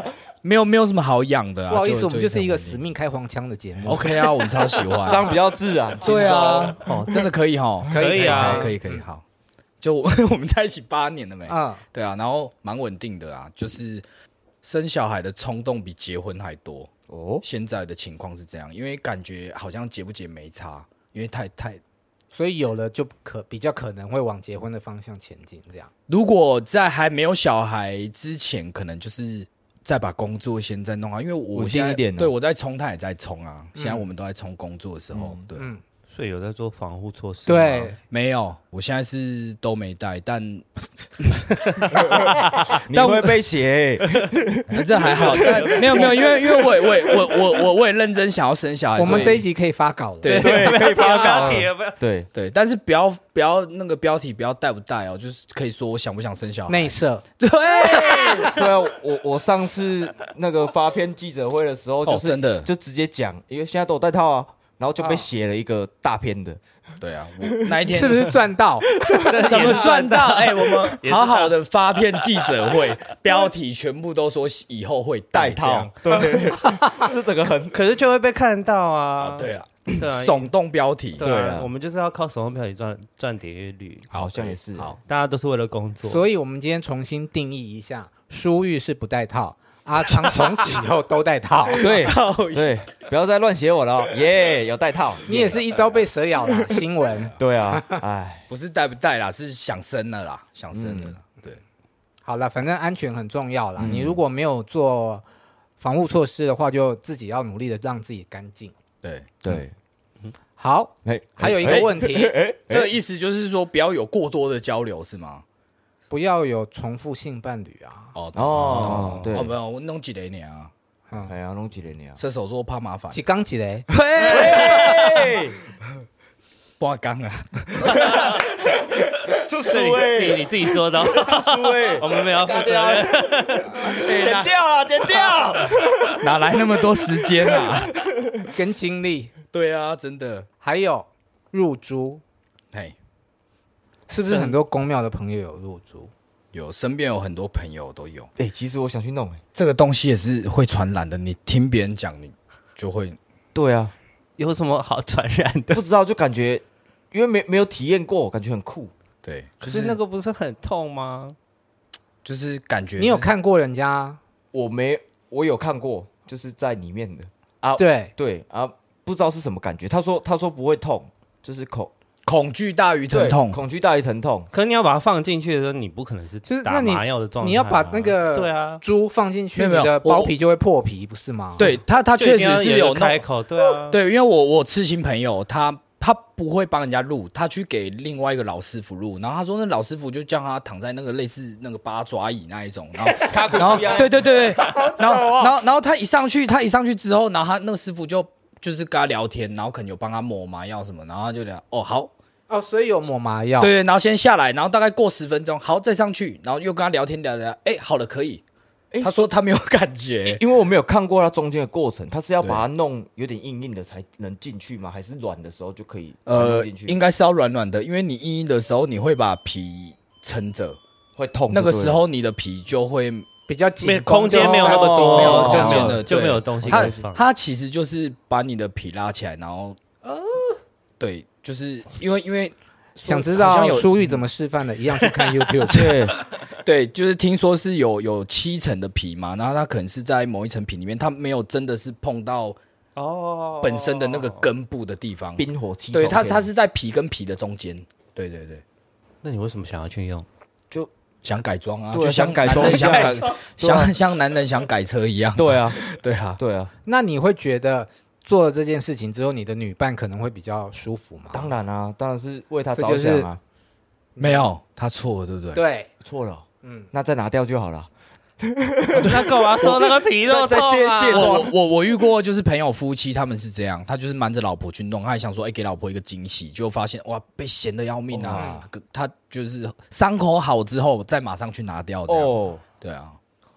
Speaker 2: 没有没有什么好养的啊。
Speaker 1: 不好意思，我们就是一个
Speaker 2: 直
Speaker 1: 死命开黄腔的节目。
Speaker 2: OK 啊，我们超喜
Speaker 3: 这样
Speaker 2: 欢。
Speaker 3: 比较自然。
Speaker 2: 对啊，哦，真的可以哈，
Speaker 1: 可以
Speaker 4: 可以啊
Speaker 2: 好可以可以好。就 我我们在一起八年了没？
Speaker 1: 嗯，
Speaker 2: 对啊，然后蛮稳定的啊，就是生小孩的冲动比结婚还多。
Speaker 3: 哦，
Speaker 2: 现在的情况是这样，因为感觉好像结不结没差，因为太太
Speaker 1: 所以有了就可比较可能会往结婚的方向前进，这样。
Speaker 2: 如果在还没有小孩之前，可能就是再把工作先再弄好，因为我
Speaker 3: 稳定
Speaker 2: 现在
Speaker 3: 一点啊
Speaker 2: 对我在冲，他也在冲啊。现在我们都在冲工作的时候，对，
Speaker 1: 嗯，
Speaker 4: 所以有在做防护措施，
Speaker 1: 对，，
Speaker 2: 没有，我现在是都没带，但
Speaker 3: 你会被写欸，
Speaker 2: 呃这还好，但没有没有，因为因为我也我也我我我我也认真想要生小孩，
Speaker 1: 我们
Speaker 2: 哎所
Speaker 1: 这
Speaker 2: 以
Speaker 1: 一集可以发稿了。
Speaker 2: 对啊
Speaker 3: 对，被发 稿了。
Speaker 4: 不要
Speaker 3: 对，
Speaker 2: 对，但是不要不要那个标题不要带不带哦，就是可以说我想不想生小孩，
Speaker 1: 内射，
Speaker 2: 对，
Speaker 3: 对啊，我我上次那个发片记者会的时候，就
Speaker 2: 哦
Speaker 3: 是
Speaker 2: 真的
Speaker 3: 就直接讲，因为现在都有戴套啊，然后就被写了一个大篇的，
Speaker 2: 对啊，我那一天
Speaker 1: 是 不是赚到？
Speaker 2: 怎么赚到？哎、我们好好的发片记者会，标题全部都说以后会带这样，
Speaker 3: 对，啊 这整个很
Speaker 4: 可是就会被看到
Speaker 2: 啊
Speaker 4: 啊。
Speaker 2: 对啊，
Speaker 4: 对啊，
Speaker 2: 耸动标题，
Speaker 4: 对
Speaker 3: 对
Speaker 4: 啊
Speaker 3: 啊，
Speaker 4: 我们就是要靠手动票去赚赚点阅率，
Speaker 3: 好像也是好，
Speaker 4: 大家都是为了工作。
Speaker 1: 所以我们今天重新定义一下，舒玉是不戴套，阿昌从此以后都戴套。
Speaker 3: 对
Speaker 2: 靠
Speaker 3: 对，不要再乱写我了哦，耶，有带套，
Speaker 1: 你也是一朝被蛇咬了，新闻。
Speaker 3: 对啊，哎，
Speaker 2: 不是带不带啦，是想生了啦，想生了啦，对，
Speaker 1: 好了，反正安全很重要啦。你如果没有做防护措施的话，就自己要努力的让自己干净。
Speaker 2: 对，
Speaker 3: 对，
Speaker 1: 好，
Speaker 3: 哎，
Speaker 1: 还有一个问题，
Speaker 2: 这个意思就是说不要有过多的交流是吗？
Speaker 1: 不要有重复性伴侣啊。
Speaker 2: 哦
Speaker 3: 哦，对
Speaker 2: 哦，，没有，我弄几雷年啊，
Speaker 3: 哎呀，弄几 年了
Speaker 2: 射手座怕麻 烦，
Speaker 1: 几刚几嘞？
Speaker 3: 嘿，
Speaker 2: 挂缸啊，
Speaker 3: 出
Speaker 4: 这
Speaker 3: 书
Speaker 4: 里你
Speaker 3: 哎，
Speaker 4: 你自己说的哦，
Speaker 3: 出书哎
Speaker 4: 我，们没有要负责任。
Speaker 3: 剪掉啊，剪掉，
Speaker 2: 哪来那么多时间啊？
Speaker 1: 跟经历，
Speaker 2: 对啊，真的，
Speaker 1: 还有入珠，
Speaker 2: 嘿，
Speaker 1: 是不是很多公庙的朋友有入珠？
Speaker 2: 有身边有很多朋友都有
Speaker 3: 哎，其实我想去弄哎，
Speaker 2: 这个东西也是会传染的，你听别人讲你就会
Speaker 3: 对啊，
Speaker 4: 有什么好传染的？
Speaker 3: 不知道就感觉，因为没没有体验过，感觉很酷，
Speaker 2: 对，
Speaker 4: 可是那个不是很痛吗？
Speaker 2: 就是感觉
Speaker 1: 你有看过人家？
Speaker 3: 我没我有看过，就是在里面的
Speaker 4: 哦
Speaker 3: 啊，
Speaker 1: 对，
Speaker 3: 对啊，不知道是什么感觉，他说他说不会痛，就是恐
Speaker 2: 恐惧大于疼
Speaker 3: 对
Speaker 2: 痛，
Speaker 3: 恐惧大于疼痛，
Speaker 4: 可是你要把它放进去的时候，你不可能是
Speaker 1: 就是那
Speaker 4: 打
Speaker 1: 你
Speaker 4: 麻药的状态啊、
Speaker 1: 你要把那个
Speaker 4: 对啊，
Speaker 1: 猪放进去，
Speaker 2: 没
Speaker 1: 你
Speaker 2: 有没有
Speaker 1: 的
Speaker 2: 我
Speaker 1: 包皮就会破皮，不是吗？，
Speaker 2: 对他他确
Speaker 4: 就一定
Speaker 2: 实
Speaker 4: 要
Speaker 2: 是
Speaker 4: 有
Speaker 2: 有
Speaker 4: 一个开
Speaker 2: 弄。
Speaker 4: 口，对啊，
Speaker 2: 对，因为我我痴心朋友，他他不会帮人家录，他去给另外一个老师傅录，然后他说那老师傅就叫他躺在那个类似那个八爪椅那一种， 然后然后对对对对，然
Speaker 4: 哦
Speaker 2: 后然后然后他一上去，他一上去之后，然后他那个师傅就就是跟他聊天，然后可能有帮他抹麻药什么，然后他就聊哦好，
Speaker 1: 哦，所以有抹麻药。
Speaker 2: 对，然后先下来，然后大概过十分钟，好再上去，然后又跟他聊天聊聊，哎好了可以，
Speaker 3: 哎
Speaker 2: 他说他没有感觉，
Speaker 3: 因为我没有看过它中间的过程，它是要
Speaker 2: 对
Speaker 3: 把它弄有点硬硬的才能进去吗？还是软的时候就可以
Speaker 2: 呃
Speaker 3: 呃进去？
Speaker 2: 应该是要软软的，因为你硬硬的时候你会把皮撑着。
Speaker 3: 会痛
Speaker 2: 那
Speaker 3: 就对了，
Speaker 2: 个时候你的皮就会，
Speaker 1: 比较紧
Speaker 4: 没
Speaker 1: 绷，哦
Speaker 4: 空间
Speaker 1: 就
Speaker 4: 没有那么多，
Speaker 2: 哦没有
Speaker 4: 就
Speaker 2: 空
Speaker 4: 没
Speaker 2: 间
Speaker 4: 有
Speaker 2: 的
Speaker 4: 就
Speaker 2: 对
Speaker 4: 没有东西
Speaker 2: 它
Speaker 4: 可以放。
Speaker 2: 它其实就是把你的皮拉起来，然后对，就是因为因为
Speaker 1: 想知
Speaker 2: 好像
Speaker 1: 道
Speaker 2: 有
Speaker 1: 舒玉怎么示范的，一样去 看 YouTube。
Speaker 3: 对，
Speaker 2: 对，就是听说是有有七层的皮嘛，然后它可能是在某一层皮里面，它没有真的是碰到
Speaker 4: 哦
Speaker 2: 本身的那个，根部的地方，
Speaker 3: 冰火七
Speaker 2: 对，
Speaker 3: 重
Speaker 2: 它
Speaker 3: 天
Speaker 2: 它是在皮跟皮的中间，对对对。
Speaker 4: 那你为什么想要去用？
Speaker 2: 想改装啊，
Speaker 3: 对啊
Speaker 2: 就像
Speaker 3: 想改
Speaker 2: 男
Speaker 3: 装
Speaker 2: 人想改
Speaker 3: 想改装，
Speaker 2: 像像男人想改车一样。
Speaker 3: 对啊，
Speaker 2: 对啊，
Speaker 3: 对啊，
Speaker 1: 那你会觉得做了这件事情之后，你的女伴可能会比较舒服吗？
Speaker 3: 当，然啊，当然是为他
Speaker 1: 这
Speaker 3: 着
Speaker 1: 就是
Speaker 3: 想啊，
Speaker 2: 没有他错了，对不对？啊
Speaker 1: 对，
Speaker 3: 错了，
Speaker 1: 嗯
Speaker 3: 嗯，那再拿掉就好了。
Speaker 4: 那干嘛说那个皮肉
Speaker 3: 在
Speaker 4: 痛
Speaker 3: 在
Speaker 4: 啊？
Speaker 3: 卸卸妆
Speaker 2: 我我我遇过，就是朋友夫妻他们是这样，他就是瞒着老婆去弄，他还想说，哎、给老婆一个惊喜，结果发现哇，被咸的要命啊！他就是伤口好之后，再马上去拿掉这样。
Speaker 3: 哦，
Speaker 2: 对啊，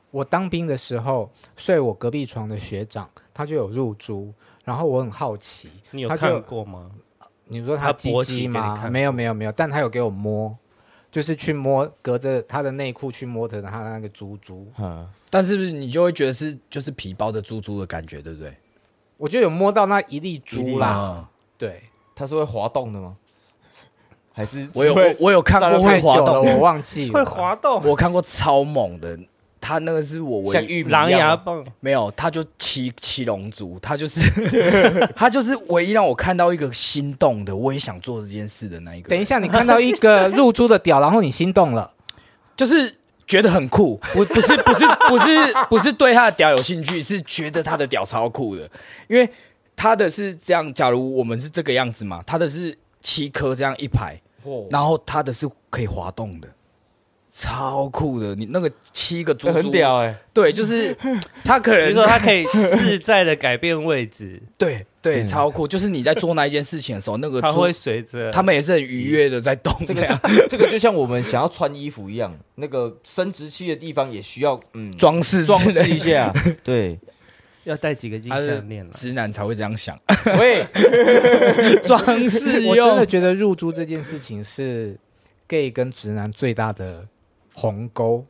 Speaker 1: 我当兵的时候睡我隔壁床的学长，他就有入珠，然后我很好奇，
Speaker 4: 你有
Speaker 1: 他就
Speaker 4: 看过吗？
Speaker 1: 你说
Speaker 4: 他
Speaker 1: 他鸡
Speaker 4: 勃起
Speaker 1: 鸡
Speaker 4: 给你
Speaker 1: 吗？
Speaker 4: 看
Speaker 1: 没有没有没有，但他有给我摸，就是去摸，隔着他的内裤去摸的他的那个珠珠，
Speaker 3: 嗯，
Speaker 2: 但是不是你就会觉得是就是皮包着猪猪的感觉，对不对？
Speaker 1: 我就有摸到那一粒
Speaker 3: 一
Speaker 1: 珠
Speaker 3: 粒
Speaker 1: 啦。
Speaker 2: 嗯
Speaker 1: 对，
Speaker 3: 它是会滑动的吗？还是
Speaker 2: 我有
Speaker 3: 会
Speaker 2: 我我有看过会
Speaker 1: 太
Speaker 2: 滑
Speaker 1: 久了，
Speaker 2: 动的
Speaker 1: 我，忘 记了。
Speaker 4: 动，
Speaker 2: 我看过超猛的，他那个是我唯
Speaker 3: 像
Speaker 2: 一啊
Speaker 3: 玉米一
Speaker 4: 狼
Speaker 3: 样
Speaker 4: 牙
Speaker 3: 吗
Speaker 4: 棒，
Speaker 2: 没有，他就七七龙珠，他就是 他就是唯一让我看到一个心动的，我也想做这件事的那一个。
Speaker 1: 等一下，你看到一个入珠的屌，然后你心动 了，
Speaker 2: 就是觉得很酷，不不是不是不 是不是对他的屌有兴趣，是觉得他的屌超酷的，因为他的是这样，假如我们是这个样子嘛，他的是七颗这样一排，
Speaker 3: 哦
Speaker 2: 然后他的是可以滑动的。超酷的，你那个七个珠
Speaker 3: 这
Speaker 2: 珠，
Speaker 3: 很屌哎，
Speaker 2: 对，就是他可
Speaker 4: 比
Speaker 2: 能
Speaker 4: 如说它可以自在的改变 位置，
Speaker 2: 对对超酷，就是你在做那一件事情的时候，那个
Speaker 4: 它
Speaker 2: 珠
Speaker 4: 会随着
Speaker 2: 他们也是很愉悦的在动
Speaker 3: 这
Speaker 2: 这样
Speaker 3: 个这个就像我们想要穿衣服一样，那个生殖器的地方也需要嗯
Speaker 2: 装饰
Speaker 3: 装
Speaker 2: 之类
Speaker 3: 饰一下，对，
Speaker 4: 要戴几个金
Speaker 2: 他是
Speaker 4: 项链 了。
Speaker 2: 直男才会这样想，
Speaker 3: 喂，
Speaker 2: 装饰
Speaker 1: 我真的
Speaker 2: 用。
Speaker 1: 觉得入猪这件事情是 gay 跟直男最大的鸿沟。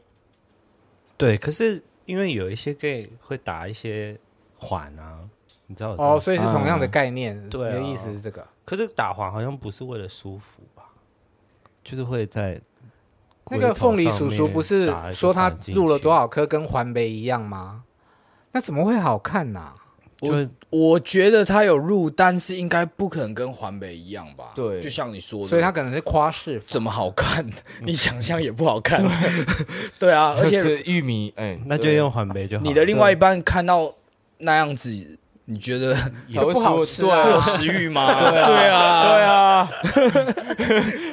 Speaker 4: 对，可是因为有一些 gay 会打一些环啊，你知道我这
Speaker 1: 哦，
Speaker 4: 么
Speaker 1: 所以是同样的
Speaker 2: 嗯
Speaker 1: 概念。
Speaker 4: 对啊
Speaker 1: 你的意思是这个？
Speaker 4: 可是打环好像不是为了舒服吧？就是会在
Speaker 1: 那个凤梨叔叔不是说他入了多
Speaker 4: 少？
Speaker 1: 少颗跟环北一样吗？那怎么会好看呐、
Speaker 4: 就是
Speaker 2: 我觉得他有入，但是应该不可能跟环北一样吧？
Speaker 3: 对
Speaker 2: 就像你说的，
Speaker 1: 所以他可能是夸饰法。
Speaker 2: 怎么好看？ 你想象也不好看。 对啊，而且
Speaker 3: 是玉米，哎，
Speaker 4: 那就
Speaker 3: 对
Speaker 4: 用环杯就好。
Speaker 2: 你的另外一半看到那样子，你觉得
Speaker 3: 才
Speaker 1: 就
Speaker 3: 会
Speaker 1: 不好
Speaker 3: 说
Speaker 1: 吃
Speaker 3: 对
Speaker 1: 啊
Speaker 2: 会有
Speaker 3: 啊，
Speaker 2: 食欲吗？对啊，
Speaker 3: 对啊，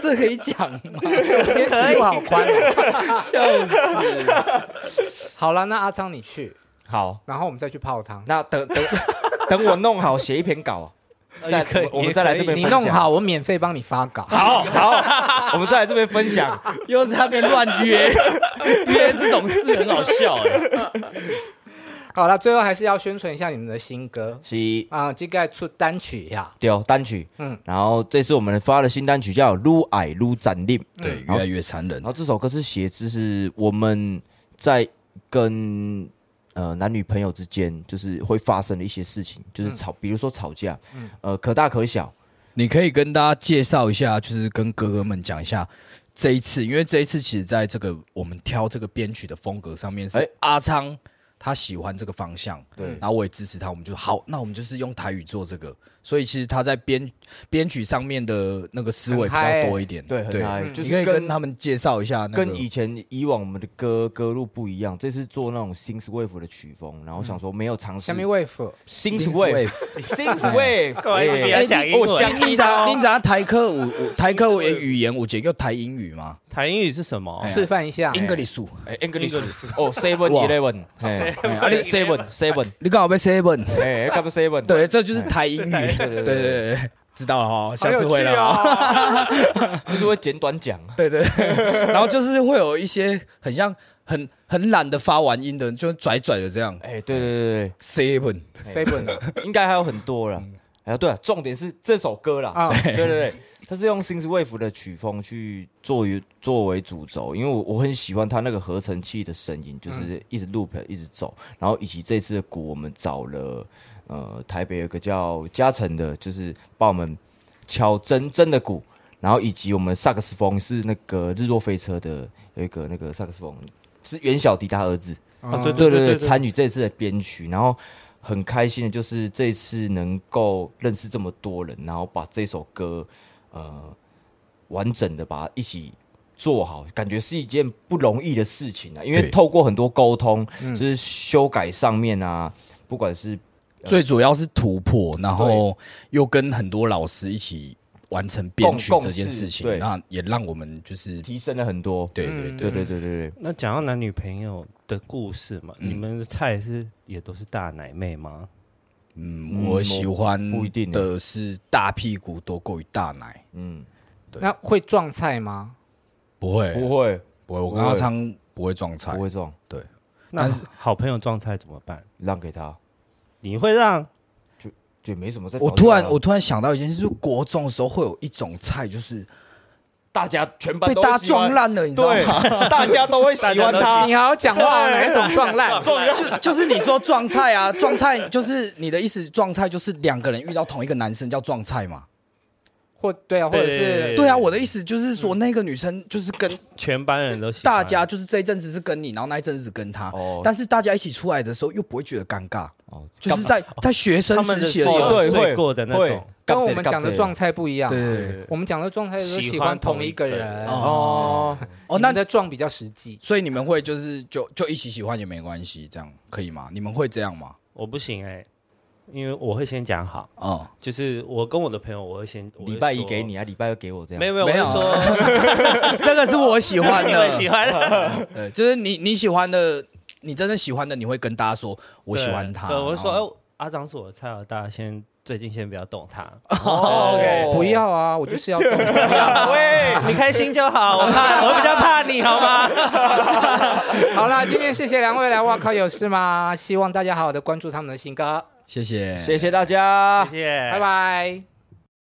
Speaker 2: 这可以讲吗？
Speaker 1: 今 天尺度好宽、啊。
Speaker 2: 笑死！
Speaker 1: 好了，那阿昌你去，
Speaker 3: 好，
Speaker 1: 然后我们再去泡汤。
Speaker 3: 那等等 等我弄好写一篇稿，
Speaker 4: 呃
Speaker 3: 再
Speaker 4: 也可以
Speaker 3: 我们再来 这边
Speaker 1: 你
Speaker 3: 分享
Speaker 1: 弄好，我免费帮你发稿。
Speaker 3: 好好，啊我们再来这边分享。
Speaker 2: 又在那边乱约，约这种事很好笑哎。
Speaker 1: 好了，最后还是要宣传一下你们的新歌
Speaker 3: 是一
Speaker 1: 啊，这个出单曲呀。
Speaker 3: 丢单曲，
Speaker 1: 嗯
Speaker 3: 嗯，然后这次我们发的新单曲叫《撸矮撸斩令》，
Speaker 2: 对，越来越残忍
Speaker 3: 然。后这首歌是写，就是我们在跟呃男女朋友之间，就是会发生的一些事情，
Speaker 2: 嗯
Speaker 3: 就是吵，比如说吵架，呃，可大可小，
Speaker 2: 你可以跟大家介绍一下，就是跟哥哥们讲一下这一次，因为这一次其实在这个我们挑这个编曲的风格上面是，
Speaker 3: 哎
Speaker 2: 阿昌他喜欢这个方向，
Speaker 3: 对
Speaker 2: 然后我也支持他，我们就好，那我们就是用台语做这个，所以其实他在编编曲上面的那个思维比较多一点，
Speaker 3: 对，很嗨，就
Speaker 2: 你
Speaker 3: 是
Speaker 2: 可以
Speaker 3: 跟
Speaker 2: 哎跟他们介绍一下那个
Speaker 3: 跟以前以往我们的歌歌路不一样，这次做那种 synth wave 的曲风，然后
Speaker 2: 嗯
Speaker 3: 想说没有尝试
Speaker 1: 下面哎 wave，
Speaker 3: synth wave，synth wave，
Speaker 4: 干嘛一直不要讲英
Speaker 1: 哎
Speaker 4: 文
Speaker 3: 我想
Speaker 2: 哎你
Speaker 3: 你
Speaker 2: 咋
Speaker 3: 的
Speaker 2: 你咋台客我我台客我语言我姐叫台英语吗
Speaker 4: 台英语是什么？
Speaker 1: 示范一
Speaker 3: 哎
Speaker 1: 下。
Speaker 2: ？English，
Speaker 3: English 哦 seven
Speaker 2: 哎哇
Speaker 3: eleven，啊你 seven seven，
Speaker 2: 你刚好被 seven。
Speaker 3: 哎，干嘛 seven？
Speaker 2: 对，这就是台英语。对
Speaker 3: 对
Speaker 2: 对对
Speaker 3: 对
Speaker 2: 对，知道了哈，
Speaker 1: 好
Speaker 2: 下
Speaker 1: 有
Speaker 2: 次会
Speaker 1: 趣
Speaker 2: 了
Speaker 1: 哦
Speaker 2: 哦。
Speaker 3: 就是会简短讲，
Speaker 2: 对对，对然后就是会有一些很像很很懒得发完音的，就拽拽的这样。
Speaker 3: 哎，对对对
Speaker 2: Seven，
Speaker 1: 嗯 seven
Speaker 3: 对，应该还有很多了。
Speaker 2: 嗯
Speaker 3: 哎，对啊，重点是这首歌啦，
Speaker 1: 啊，
Speaker 3: 对对对，它是用 synth wave 的曲风去作为作为主轴，因为我我很喜欢它那个合成器的声音，就是一直 loop 一直走，然后以及这次的鼓，我们找了呃台北有个叫嘉诚的，就是帮我们敲真真的鼓，然后以及我们萨克斯风是那个日落飞车的有一个那个萨克斯风是袁小迪他儿子，
Speaker 1: 嗯
Speaker 4: 啊，对
Speaker 3: 对
Speaker 4: 对
Speaker 3: 对对，
Speaker 4: 对，
Speaker 3: 参与这次的编曲，然后很开心的就是这次能够认识这么多人，然后把这首歌呃完整的把它一起做好，感觉是一件不容易的事情啊，因为
Speaker 2: 对嗯
Speaker 3: 透过很多沟通，就是修改上面啊，不管是
Speaker 2: 最主要是突破，然后又跟很多老师一起完成编曲
Speaker 3: 共
Speaker 2: 这件
Speaker 3: 共事
Speaker 2: 事情，
Speaker 3: 对嗯
Speaker 2: 那也让我们就是
Speaker 3: 提升了很多，
Speaker 2: 对对
Speaker 3: 对
Speaker 2: 对，
Speaker 3: 对对对对，
Speaker 4: 那讲到男女朋友的故事嘛，你们的菜是也都是大奶妹吗？
Speaker 2: 嗯，我喜欢
Speaker 3: 不一定
Speaker 2: 的是大屁股多过于大奶，
Speaker 3: 嗯，
Speaker 1: 那会撞菜吗？
Speaker 2: 不会
Speaker 3: 不会
Speaker 2: 不会，我
Speaker 3: 不
Speaker 2: 跟阿
Speaker 3: 会
Speaker 2: 昌不会撞菜
Speaker 3: 不，会撞，
Speaker 2: 对，
Speaker 4: 那
Speaker 2: 但是
Speaker 4: 好朋友撞菜怎么办？
Speaker 3: 让给他，
Speaker 4: 你会让
Speaker 3: 就没什么在吵
Speaker 2: 我
Speaker 3: 架啊。
Speaker 2: 突然我突然想到一件事，就是国中的时候会有一种菜，就是
Speaker 3: 大家全班
Speaker 2: 被
Speaker 3: 都
Speaker 2: 大家
Speaker 3: 喜欢
Speaker 2: 撞，烂了，你知道
Speaker 3: 对
Speaker 2: 吗？，
Speaker 3: 大家都会喜欢他，
Speaker 1: 你好好讲话，哦哪一种撞烂？
Speaker 2: 就就是你说撞菜啊，撞菜就是你的意思，撞菜就是两个人遇到同一个男生叫撞菜嘛？
Speaker 1: 或对啊，或
Speaker 4: 对
Speaker 1: 者是
Speaker 2: 对啊，我的意思就是说那个女生就是跟
Speaker 4: 全班人都喜欢
Speaker 2: 大家，就是这一阵子是跟你，然后那一阵子是跟他
Speaker 3: 哦，
Speaker 2: 但是大家一起出来的时候又不会觉得尴尬，
Speaker 3: 哦
Speaker 2: 就是在在学生
Speaker 4: 他们
Speaker 2: 时
Speaker 4: 的
Speaker 2: 期的时
Speaker 4: 时
Speaker 2: 候
Speaker 4: 候，
Speaker 3: 对
Speaker 4: 睡
Speaker 3: 会
Speaker 4: 过的那
Speaker 3: 会
Speaker 4: 种，
Speaker 1: 跟我们讲的撞
Speaker 3: 击
Speaker 1: 菜不一样。
Speaker 2: 对
Speaker 1: 我们讲的状态是喜
Speaker 4: 喜
Speaker 1: 欢
Speaker 4: 欢
Speaker 1: 同
Speaker 4: 同
Speaker 1: 一
Speaker 4: 一
Speaker 1: 个
Speaker 4: 个
Speaker 1: 人
Speaker 4: 人
Speaker 2: 哦
Speaker 1: 哦
Speaker 2: 哦，
Speaker 1: 那
Speaker 2: 那
Speaker 1: 你的撞比较实际。
Speaker 2: 所以你们会就是就就一起喜欢也没关系，这样可以吗？你们会这样吗？
Speaker 4: 我不行哎、因为我会先讲好，
Speaker 2: 哦，
Speaker 4: 就是我跟我的朋友，我会先
Speaker 3: 礼拜一给，你啊，礼拜二给我这
Speaker 4: 我会
Speaker 3: 样。
Speaker 4: 说没有没有，
Speaker 2: 没有
Speaker 4: 我是 说
Speaker 2: 这个是我喜欢
Speaker 4: 你们喜
Speaker 2: 的，
Speaker 4: 欢的，
Speaker 2: 对，就是你你喜欢的，你真正喜欢的，你会跟大家说我喜欢他。
Speaker 4: 对，对我会说
Speaker 2: 然后
Speaker 4: 哎，阿张是我的菜啊，大家先最近先不要动 它。
Speaker 3: OK，
Speaker 1: 哦不要啊，我就是要动。
Speaker 4: 喂，哎你开心就好，我怕我比较怕你好吗？
Speaker 1: 好啦，今天谢谢两位来，哇靠，有事
Speaker 4: 哎
Speaker 1: 吗？希望大家好好的关注他们的新歌，
Speaker 2: 谢谢，
Speaker 3: 谢谢大家，
Speaker 4: 谢谢，
Speaker 1: 拜拜。